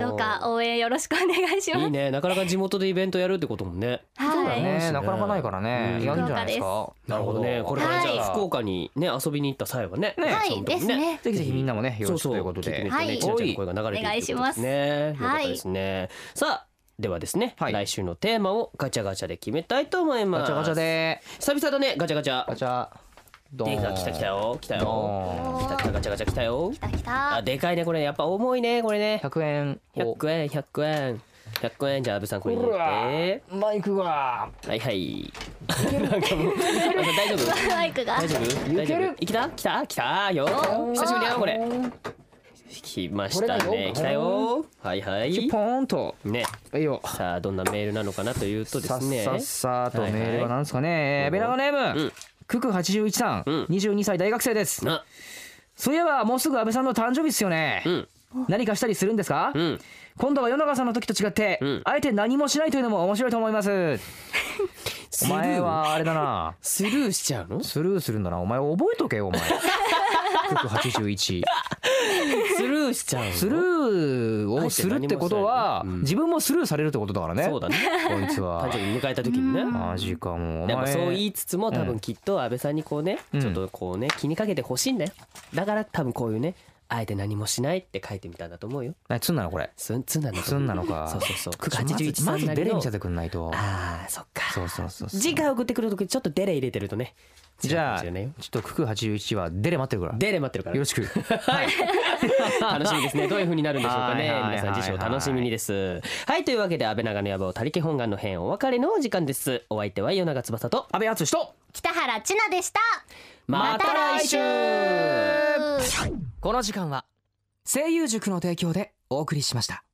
Speaker 3: ど
Speaker 6: うか応援よろしくお願いします。
Speaker 3: いいねなかなか地元でイベントやるってこともね
Speaker 4: そう
Speaker 6: は
Speaker 4: だ
Speaker 6: い、
Speaker 4: ね。なかなかないからね。
Speaker 3: うん
Speaker 4: やるんじゃないですか。
Speaker 3: なるほどねこれからじゃあ福岡にね遊びに行った際はね
Speaker 6: は
Speaker 3: そう
Speaker 6: い、
Speaker 3: うとこ
Speaker 6: ですね。
Speaker 4: ぜひぜひみんなもね、よ
Speaker 3: そ
Speaker 4: ろ
Speaker 3: う
Speaker 4: しく
Speaker 3: そう
Speaker 4: ということ
Speaker 3: 聞いてみる。
Speaker 4: で
Speaker 3: とね
Speaker 6: はい
Speaker 3: ちなちゃんの声が流れているということですねよ
Speaker 6: お願いします
Speaker 3: かったですねさあではですね、
Speaker 4: はい
Speaker 3: 来週のテーマをガチャガチャで決めたいと思います
Speaker 4: ガチャガチャで。
Speaker 3: 久々だねガチャガチャ
Speaker 4: ガチャ。ド
Speaker 3: で
Speaker 4: ー
Speaker 3: き
Speaker 4: ン。
Speaker 3: た来た来たよ来た
Speaker 4: ド
Speaker 3: よ
Speaker 4: ーン。
Speaker 3: 来た来たガチャガチャ来たよ
Speaker 6: 来た来
Speaker 3: あ
Speaker 6: た。
Speaker 3: でかいねこれやっぱ重いねこれね
Speaker 4: 100円を。
Speaker 3: 100円100円100円じゃあ阿部さんこれ入れて
Speaker 4: マイクが。
Speaker 3: はいはい なんかもうなんか大丈夫
Speaker 6: マイクが。
Speaker 3: 大丈夫大丈夫来た来た来たよ久しぶりだよこれ来ました
Speaker 4: こ
Speaker 3: ね
Speaker 4: れだよ
Speaker 3: 来たよはいはい
Speaker 4: ポーンと。
Speaker 3: ね
Speaker 4: はいよ。
Speaker 3: さあどんなメールなのかなというとで
Speaker 4: さっ
Speaker 3: すね
Speaker 4: さっさとメールは
Speaker 3: はいはい
Speaker 4: 何ですかね。ベラガネー
Speaker 3: う
Speaker 4: ム
Speaker 3: ん。
Speaker 4: クク81さん
Speaker 3: うん、
Speaker 4: 22歳大学生です。
Speaker 3: な
Speaker 4: そういえばもうすぐ安倍さんの誕生日ですよね、
Speaker 3: うん
Speaker 4: 何かしたりするんですか、
Speaker 3: うん
Speaker 4: 今度は世永さんの時と違って、
Speaker 3: うん
Speaker 4: あえて何もしないというのも面白いと思います お前はあれだな
Speaker 3: スルーしちゃうのス
Speaker 4: スルーするんだなお前覚えとけよお 前181
Speaker 3: ルーしちゃうの
Speaker 4: スルーをするってことは、
Speaker 3: あえて何もしないのうん
Speaker 4: 自分もスルーされるってことだからね
Speaker 3: そうだね
Speaker 4: こい つ
Speaker 3: 誕
Speaker 4: は
Speaker 3: 生日迎えた時にね
Speaker 4: マジかもうお
Speaker 3: でも
Speaker 4: 前
Speaker 3: そう言いつつも多分きっと安倍さんにこうね、
Speaker 4: うん
Speaker 3: ちょっとこうね気にかけてほしいんだよだから多分こういうねあえて何もしないって書いてみたんだと思うよ
Speaker 4: えつんなのこれ
Speaker 3: すんつんなの
Speaker 4: つんなのか
Speaker 3: そうそうそう
Speaker 4: ちょまず
Speaker 3: 981さ
Speaker 4: ま
Speaker 3: ん
Speaker 4: ず
Speaker 3: な
Speaker 4: ベ
Speaker 3: り
Speaker 4: レ
Speaker 3: の
Speaker 4: 見せてくんないと
Speaker 3: あーそっか
Speaker 4: そうそうそうそう
Speaker 3: 次回送ってくるときちょっとデレ入れてるとね
Speaker 4: じゃあ
Speaker 3: 違うかもしれ
Speaker 4: ちょ
Speaker 3: ないよ
Speaker 4: っとクク81はデレ待ってるから
Speaker 3: デレ待ってるから
Speaker 4: よろしく。
Speaker 3: 楽 しみですねどういう風になるんでしょうかね
Speaker 4: はいはいはい
Speaker 3: 皆さん次週を楽しみにですはいというわけで安倍長の野望他力本願の編お別れのお時間ですお相手は与永翼と
Speaker 4: 安倍敦と
Speaker 6: 北原千奈でした。
Speaker 3: また来週
Speaker 4: この時間は声優塾の提供でお送りしました